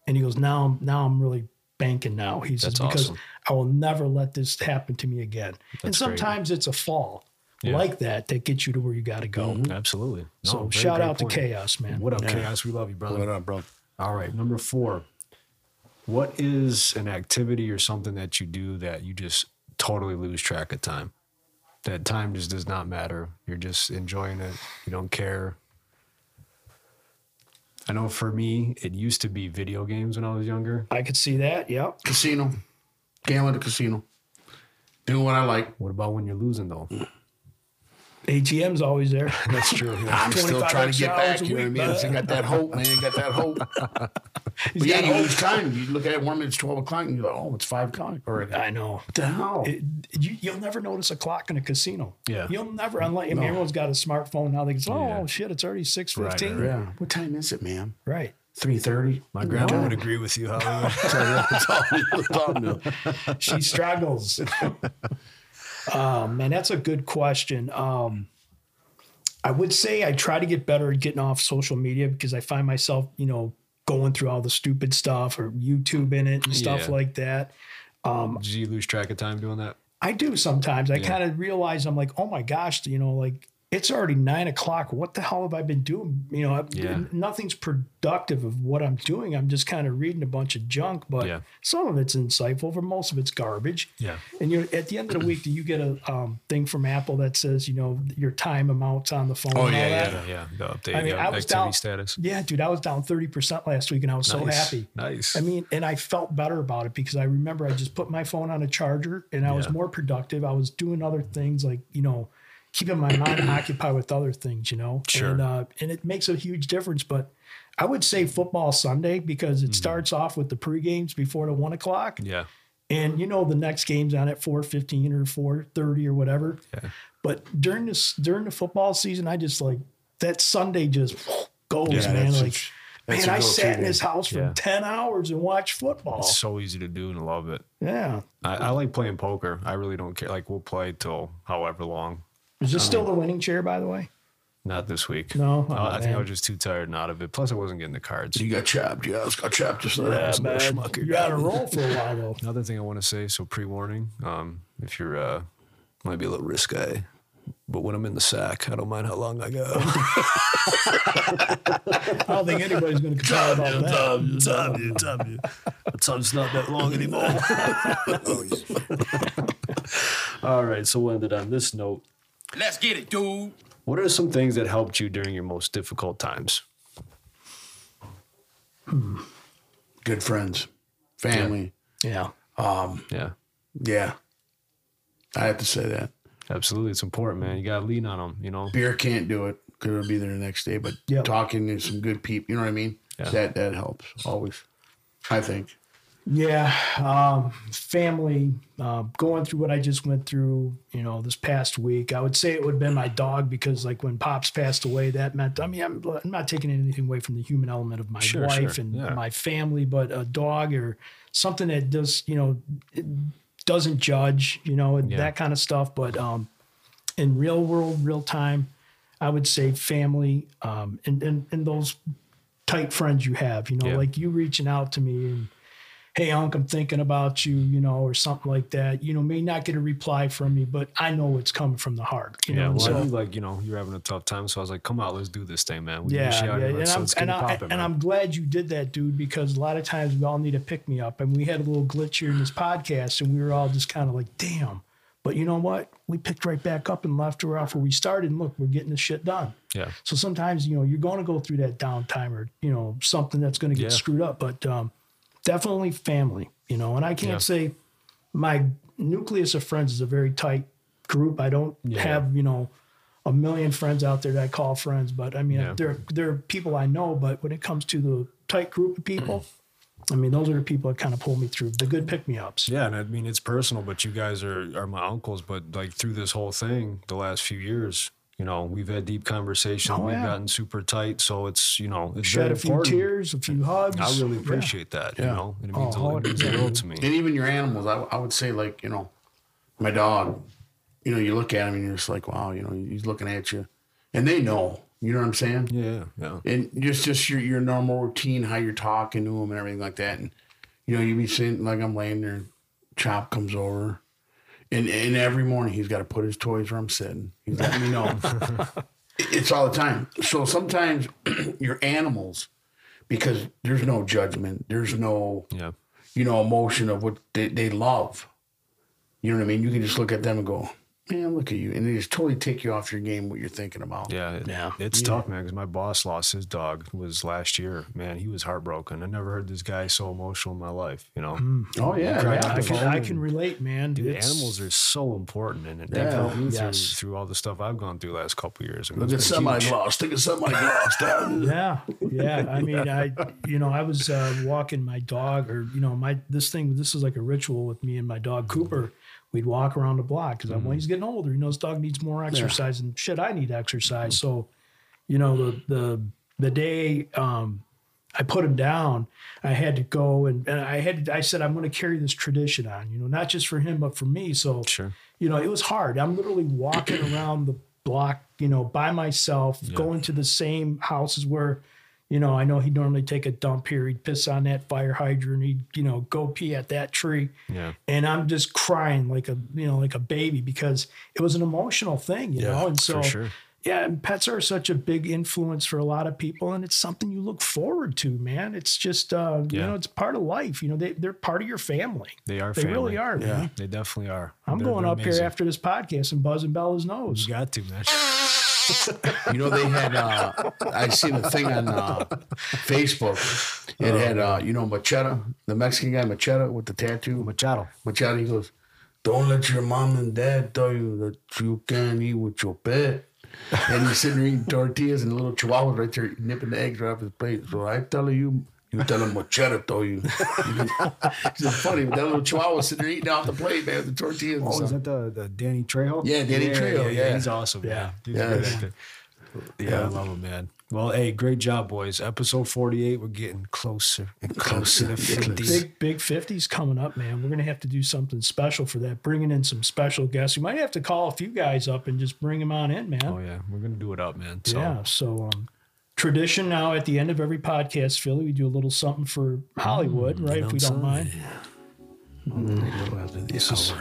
F: And he goes, Now I'm now I'm really banking now. He says,
E: That's
F: Because
E: awesome.
F: I will never let this happen to me again. and
E: That's great.
F: sometimes it's a fall
E: Yeah.
F: like that that gets you to where you gotta go.
E: Absolutely. No,
F: Mm-hmm. So
E: very
F: shout
E: great
F: out to
E: point.
F: Chaos, man.
E: What up,
F: Yeah.
E: Chaos? We love you, brother.
G: up, bro?
E: All right, number four. What is an activity or something that you do that you just totally lose track of time? That time just does not matter. You're just enjoying it. You don't care. I know for me, it used to be video games when I was younger.
F: I could see that. Yep.
G: Casino. Gambling at the casino. Doing what I like.
E: What about when you're losing though?
F: ATM's always there.
E: That's true.
G: I'm still
F: 25
G: trying to get
F: extra hours
G: back.
F: a
G: You know what I
F: week,
G: mean? I
F: bud.
G: still got that hope, man. Got that hope.
F: He's
G: but yeah,
F: got
G: you
F: hope.
G: lose time. You look at it one minute, it's 12 o'clock, and you're like, oh, it's 5 o'clock already.
F: I know.
G: What the hell?
F: It- you, you'll never notice a clock in a casino.
E: Yeah.
F: You'll never, unless I mean,
G: No.
F: everyone's got a smartphone now. They can say, oh,
E: Yeah.
F: shit, it's already 6.15.
E: Right,
G: yeah. What time is it, ma'am?
F: Right.
G: 3.30?
E: My grandma would agree with you, Hollywood.
F: Oh, she struggles. um, man, that's a good question. Um, I would say I try to get better at getting off social media because I find myself, you know, going through all the stupid stuff or YouTube in it and stuff
E: Yeah.
F: like that. Um,
E: Did you lose track of time doing that?
F: I do sometimes. I
E: Yeah.
F: kind of realize I'm like, oh my gosh, you know, like it's already nine o'clock. What the hell have I been doing? You know, I've-
E: Yeah.
F: nothing's productive of what I'm doing. I'm just kind of reading a bunch of junk, but
E: Yeah.
F: some of it's insightful, but most of it's garbage.
E: Yeah.
F: And you at the end of the week, do you get a um, thing from Apple that says, you know, your time amounts on the phone?
E: Oh
F: and all
E: yeah,
F: that?
E: yeah, yeah. The update,
F: I mean,
E: yeah,
F: I was
E: activity
F: down-
E: status.
F: Yeah, dude, I was down 30% last week and I was so
E: Nice.
F: happy.
E: Nice.
F: I mean, and I felt better about it because I remember I just put my phone on a charger and I was
E: Yeah.
F: more productive. I was doing other things like, you know, keeping my mind occupied with other things, you know?
E: Sure.
F: And, uh, and it makes a huge difference. But I would say football Sunday because
E: Mm-hmm.
F: it starts off with the pre-games before the one o'clock.
E: Yeah.
F: And you know the next game's on at 4:15 or 4:30 or whatever. But during this during the football season, I just like that Sunday just goes,
E: Yeah,
F: man.
E: that's a-
F: Like,
E: that's
F: man,
E: a
F: I
E: go-to
F: sat in
E: game.
F: his house for
E: Yeah.
F: 10 hours and watched football.
E: It's so easy to do and I love it.
F: yeah.
E: I, I like playing poker. I really don't care. Like we'll play till however long.
F: Is this
E: I
F: still
E: mean,
F: the winning chair, by the way?
E: not this week?
F: No?
E: Uh,
F: Oh,
E: I think I
F: man.
E: was just too tired and out of it. Plus, I wasn't getting the cards.
I: You got trapped. Yeah, I was got trapped just like
E: Yeah,
I: that.
E: man.
F: You're on a roll for a while, though.
E: Another thing I want to say, so pre-warning, um, if you're uh, might be a little risque, but when I'm in the sack, I don't mind how long I go.
F: I don't think anybody's going to complain about that.
I: Time, time, time. Time's not that long anymore.
E: Oh, All right, so we'll end it on this note.
M: Let's get it, dude.
E: What are some things that helped you during your most difficult times?
G: Good friends, family.
F: Yeah.
G: Um,
E: yeah.
G: Yeah. I have to say that.
E: Absolutely. It's important, man. You got to lean on them, you know?
G: Beer can't do it. Could it'll be there the next day, but talking to some good people, you know what I mean?
E: Yeah.
G: That that helps always. I think.
F: Yeah, um, family, uh, going through what I just went through, you know, this past week. I would say it would have been my dog because, like, when Pops passed away, that meant, I mean, I'm, I'm not taking anything away from the human element of my
E: Sure,
F: wife
E: sure,
F: and
E: yeah.
F: my family, but a dog or something that does, you know, it doesn't judge, you know, and
E: Yeah.
F: that kind of stuff. But um, in real world, real time, I would say family um, and, and, and those tight friends you have, you know,
E: Yeah.
F: like you reaching out to me and, hey, Unc, I'm thinking about you, you know, or something like that. You know, may not get a reply from me, but I know it's coming from the heart. You
E: Yeah,
F: know,
E: well, I
F: so-
E: knew, like you know, you're having a tough time, so I was like, "Come out, let's do this thing, man." We
F: yeah,
E: need you
F: yeah,
E: out here.
F: and,
E: Let's,
F: I'm,
E: let's get
F: and,
E: it
F: I,
E: popping,
F: and
E: man.
F: I'm glad you did that, dude, because a lot of times we all need a pick me up, and we had a little glitch here in this podcast, and we were all just kind of like, damn. But you know what? We picked right back up and left her off where we started, and look, we're getting this shit done.
E: yeah,
F: So sometimes, you know, you're going to go through that downtime or, you know, something that's going to get
E: Yeah.
F: screwed up, but um, definitely family, you know, and I can't
E: Yeah.
F: say my nucleus of friends is a very tight group. I don't
E: Yeah.
F: have, you know, a million friends out there that I call friends, but I mean,
E: Yeah.
F: they're, they're people I know, but when it comes to the tight group of people, I mean, those are the people that kind of pull me through the good pick me ups.
E: Mm. yeah, and I mean it's personal, but you guys are are my uncles. But like through this whole thing, the last few years, you know, we've had deep conversations.
F: Oh,
E: we've
F: yeah.
E: gotten super tight, so it's you know, it's
F: Shed
E: very
F: a few
E: important.
F: tears, a few hugs.
E: I really
F: Yeah.
E: appreciate that. You
G: Yeah.
E: know, and it
F: Oh,
E: means, a, it means the world to me.
G: And even your animals, I, I would say like, you know, my dog, you know, you look at him and you're just like, wow, you know, he's looking at you. And they know. You know what I'm saying?
E: Yeah, yeah.
G: And just just your your normal routine, how you're talking to them and everything like that. And you know, you be sitting like I'm laying there, Chop comes over. And and every morning he's got to put his toys where I'm sitting. He's letting me know. it's all the time. So sometimes your animals, because there's no judgment, there's no
E: yeah.
G: you know, emotion of what they, they love. You know what I mean? You can just look at them and go, man, look at you. And they just totally take you off your game, what you're thinking about.
E: Yeah, it- It's tough, man, because my boss lost his dog was last year. Man, he was heartbroken. I never heard this guy so emotional in my life. You know.
G: Oh,
E: He
G: yeah,
E: cried
G: yeah.
E: on
F: I
E: the
F: can,
E: phone
F: I
E: and-
F: can relate, man.
E: Dude,
F: Mm, It's-
E: animals are so important, and they've
G: Yeah.
E: helped me
F: Yes.
E: through, through all the stuff I've gone through the last couple of years. I mean,
G: Look at
E: it's been
G: somebody
E: huge.
G: lost. Look at somebody lost.
F: yeah yeah i mean i you know i was uh, walking my dog or you know my this thing this is like a ritual with me and my dog cooper we'd walk around the block because i'm well he's getting older you know this dog needs more exercise and shit i need exercise so you know the the the day um I put him down. I had to go and, and I had I said I'm going to carry this tradition on, you know, not just for him but for me. So
E: Sure.
F: you know, it was hard. I'm literally walking around the block, you know, by myself, going to the same houses where, you know, I know he'd normally take a dump here. He'd piss on that fire hydrant. He'd, you know, go pee at that tree.
E: Yeah.
F: And I'm just crying like a, you know, like a baby because it was an emotional thing, you
E: Yeah,
F: know? And
E: for
F: so
E: sure.
F: yeah, and pets are such a big influence for a lot of people, and it's something you look forward to, man. It's just uh, you
E: Yeah.
F: know, it's part of life. You know, they they're part of your family.
E: They are.
F: They
E: family.
F: really are, man.
E: They definitely are.
F: I'm
E: They're-
F: going
E: they're
F: up
E: amazing.
F: here after this podcast and buzzing Bella's nose.
E: You got to, man.
G: You know, they had, uh, I seen a thing on uh, Facebook. It had, uh, you know, Machetta, the Mexican guy Machetta with the tattoo.
E: Machado.
G: Machado, he goes, Don't let your mom and dad tell you that you can't eat with your pet. And he's sitting there eating tortillas and a little chihuahua right there nipping the eggs right off his plate. So I tell you, you tell him Machetta told you. it's just funny. That little chihuahua sitting there eating off the plate, man, with the tortillas. and
E: Oh, is
G: stuff.
E: that the, the Danny Trejo?
G: Yeah, Danny Trejo, yeah.
E: he's awesome. Yeah, he's
G: Yeah.
E: a great actor. Yeah, I love him, man. Well, hey, great job, boys. Episode forty-eight. We're getting closer and closer to fifty.
F: Big big fifties coming up, man. We're gonna have to do something special for that. Bringing in some special guests. You might have to call a few guys up and just bring them on in, man.
E: Oh yeah, we're gonna do it up, man. So,
F: Yeah. So um, tradition now at the end of every podcast, Philly, we do a little something for Hollywood,
E: Mm, you
F: right?
E: know
F: If we don't mind.
G: This is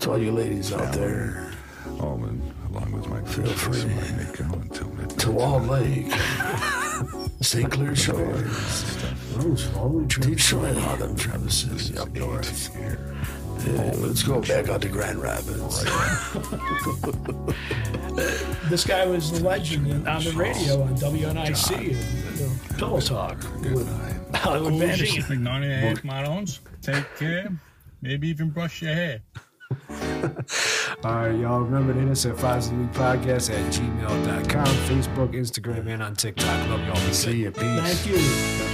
G: to all you ladies out there. Almond, along with my feel free to Wall Lake, St. Clair Shore, Roseville, Detroit, all them Travises up north. Yeah, let's go back out to Grand Rapids.
F: This guy was the legend on the radio on WNIC, and, you know, Pillow Talk with Hollywood Vanderson.
O: Like nine and a half miles. Take care. Maybe even brush your hair.
E: all right, y'all. Remember to hit us at Fives of the Week Podcast at gmail.com, Facebook, Instagram, and on TikTok. Love y'all. See you. Peace.
F: Thank you.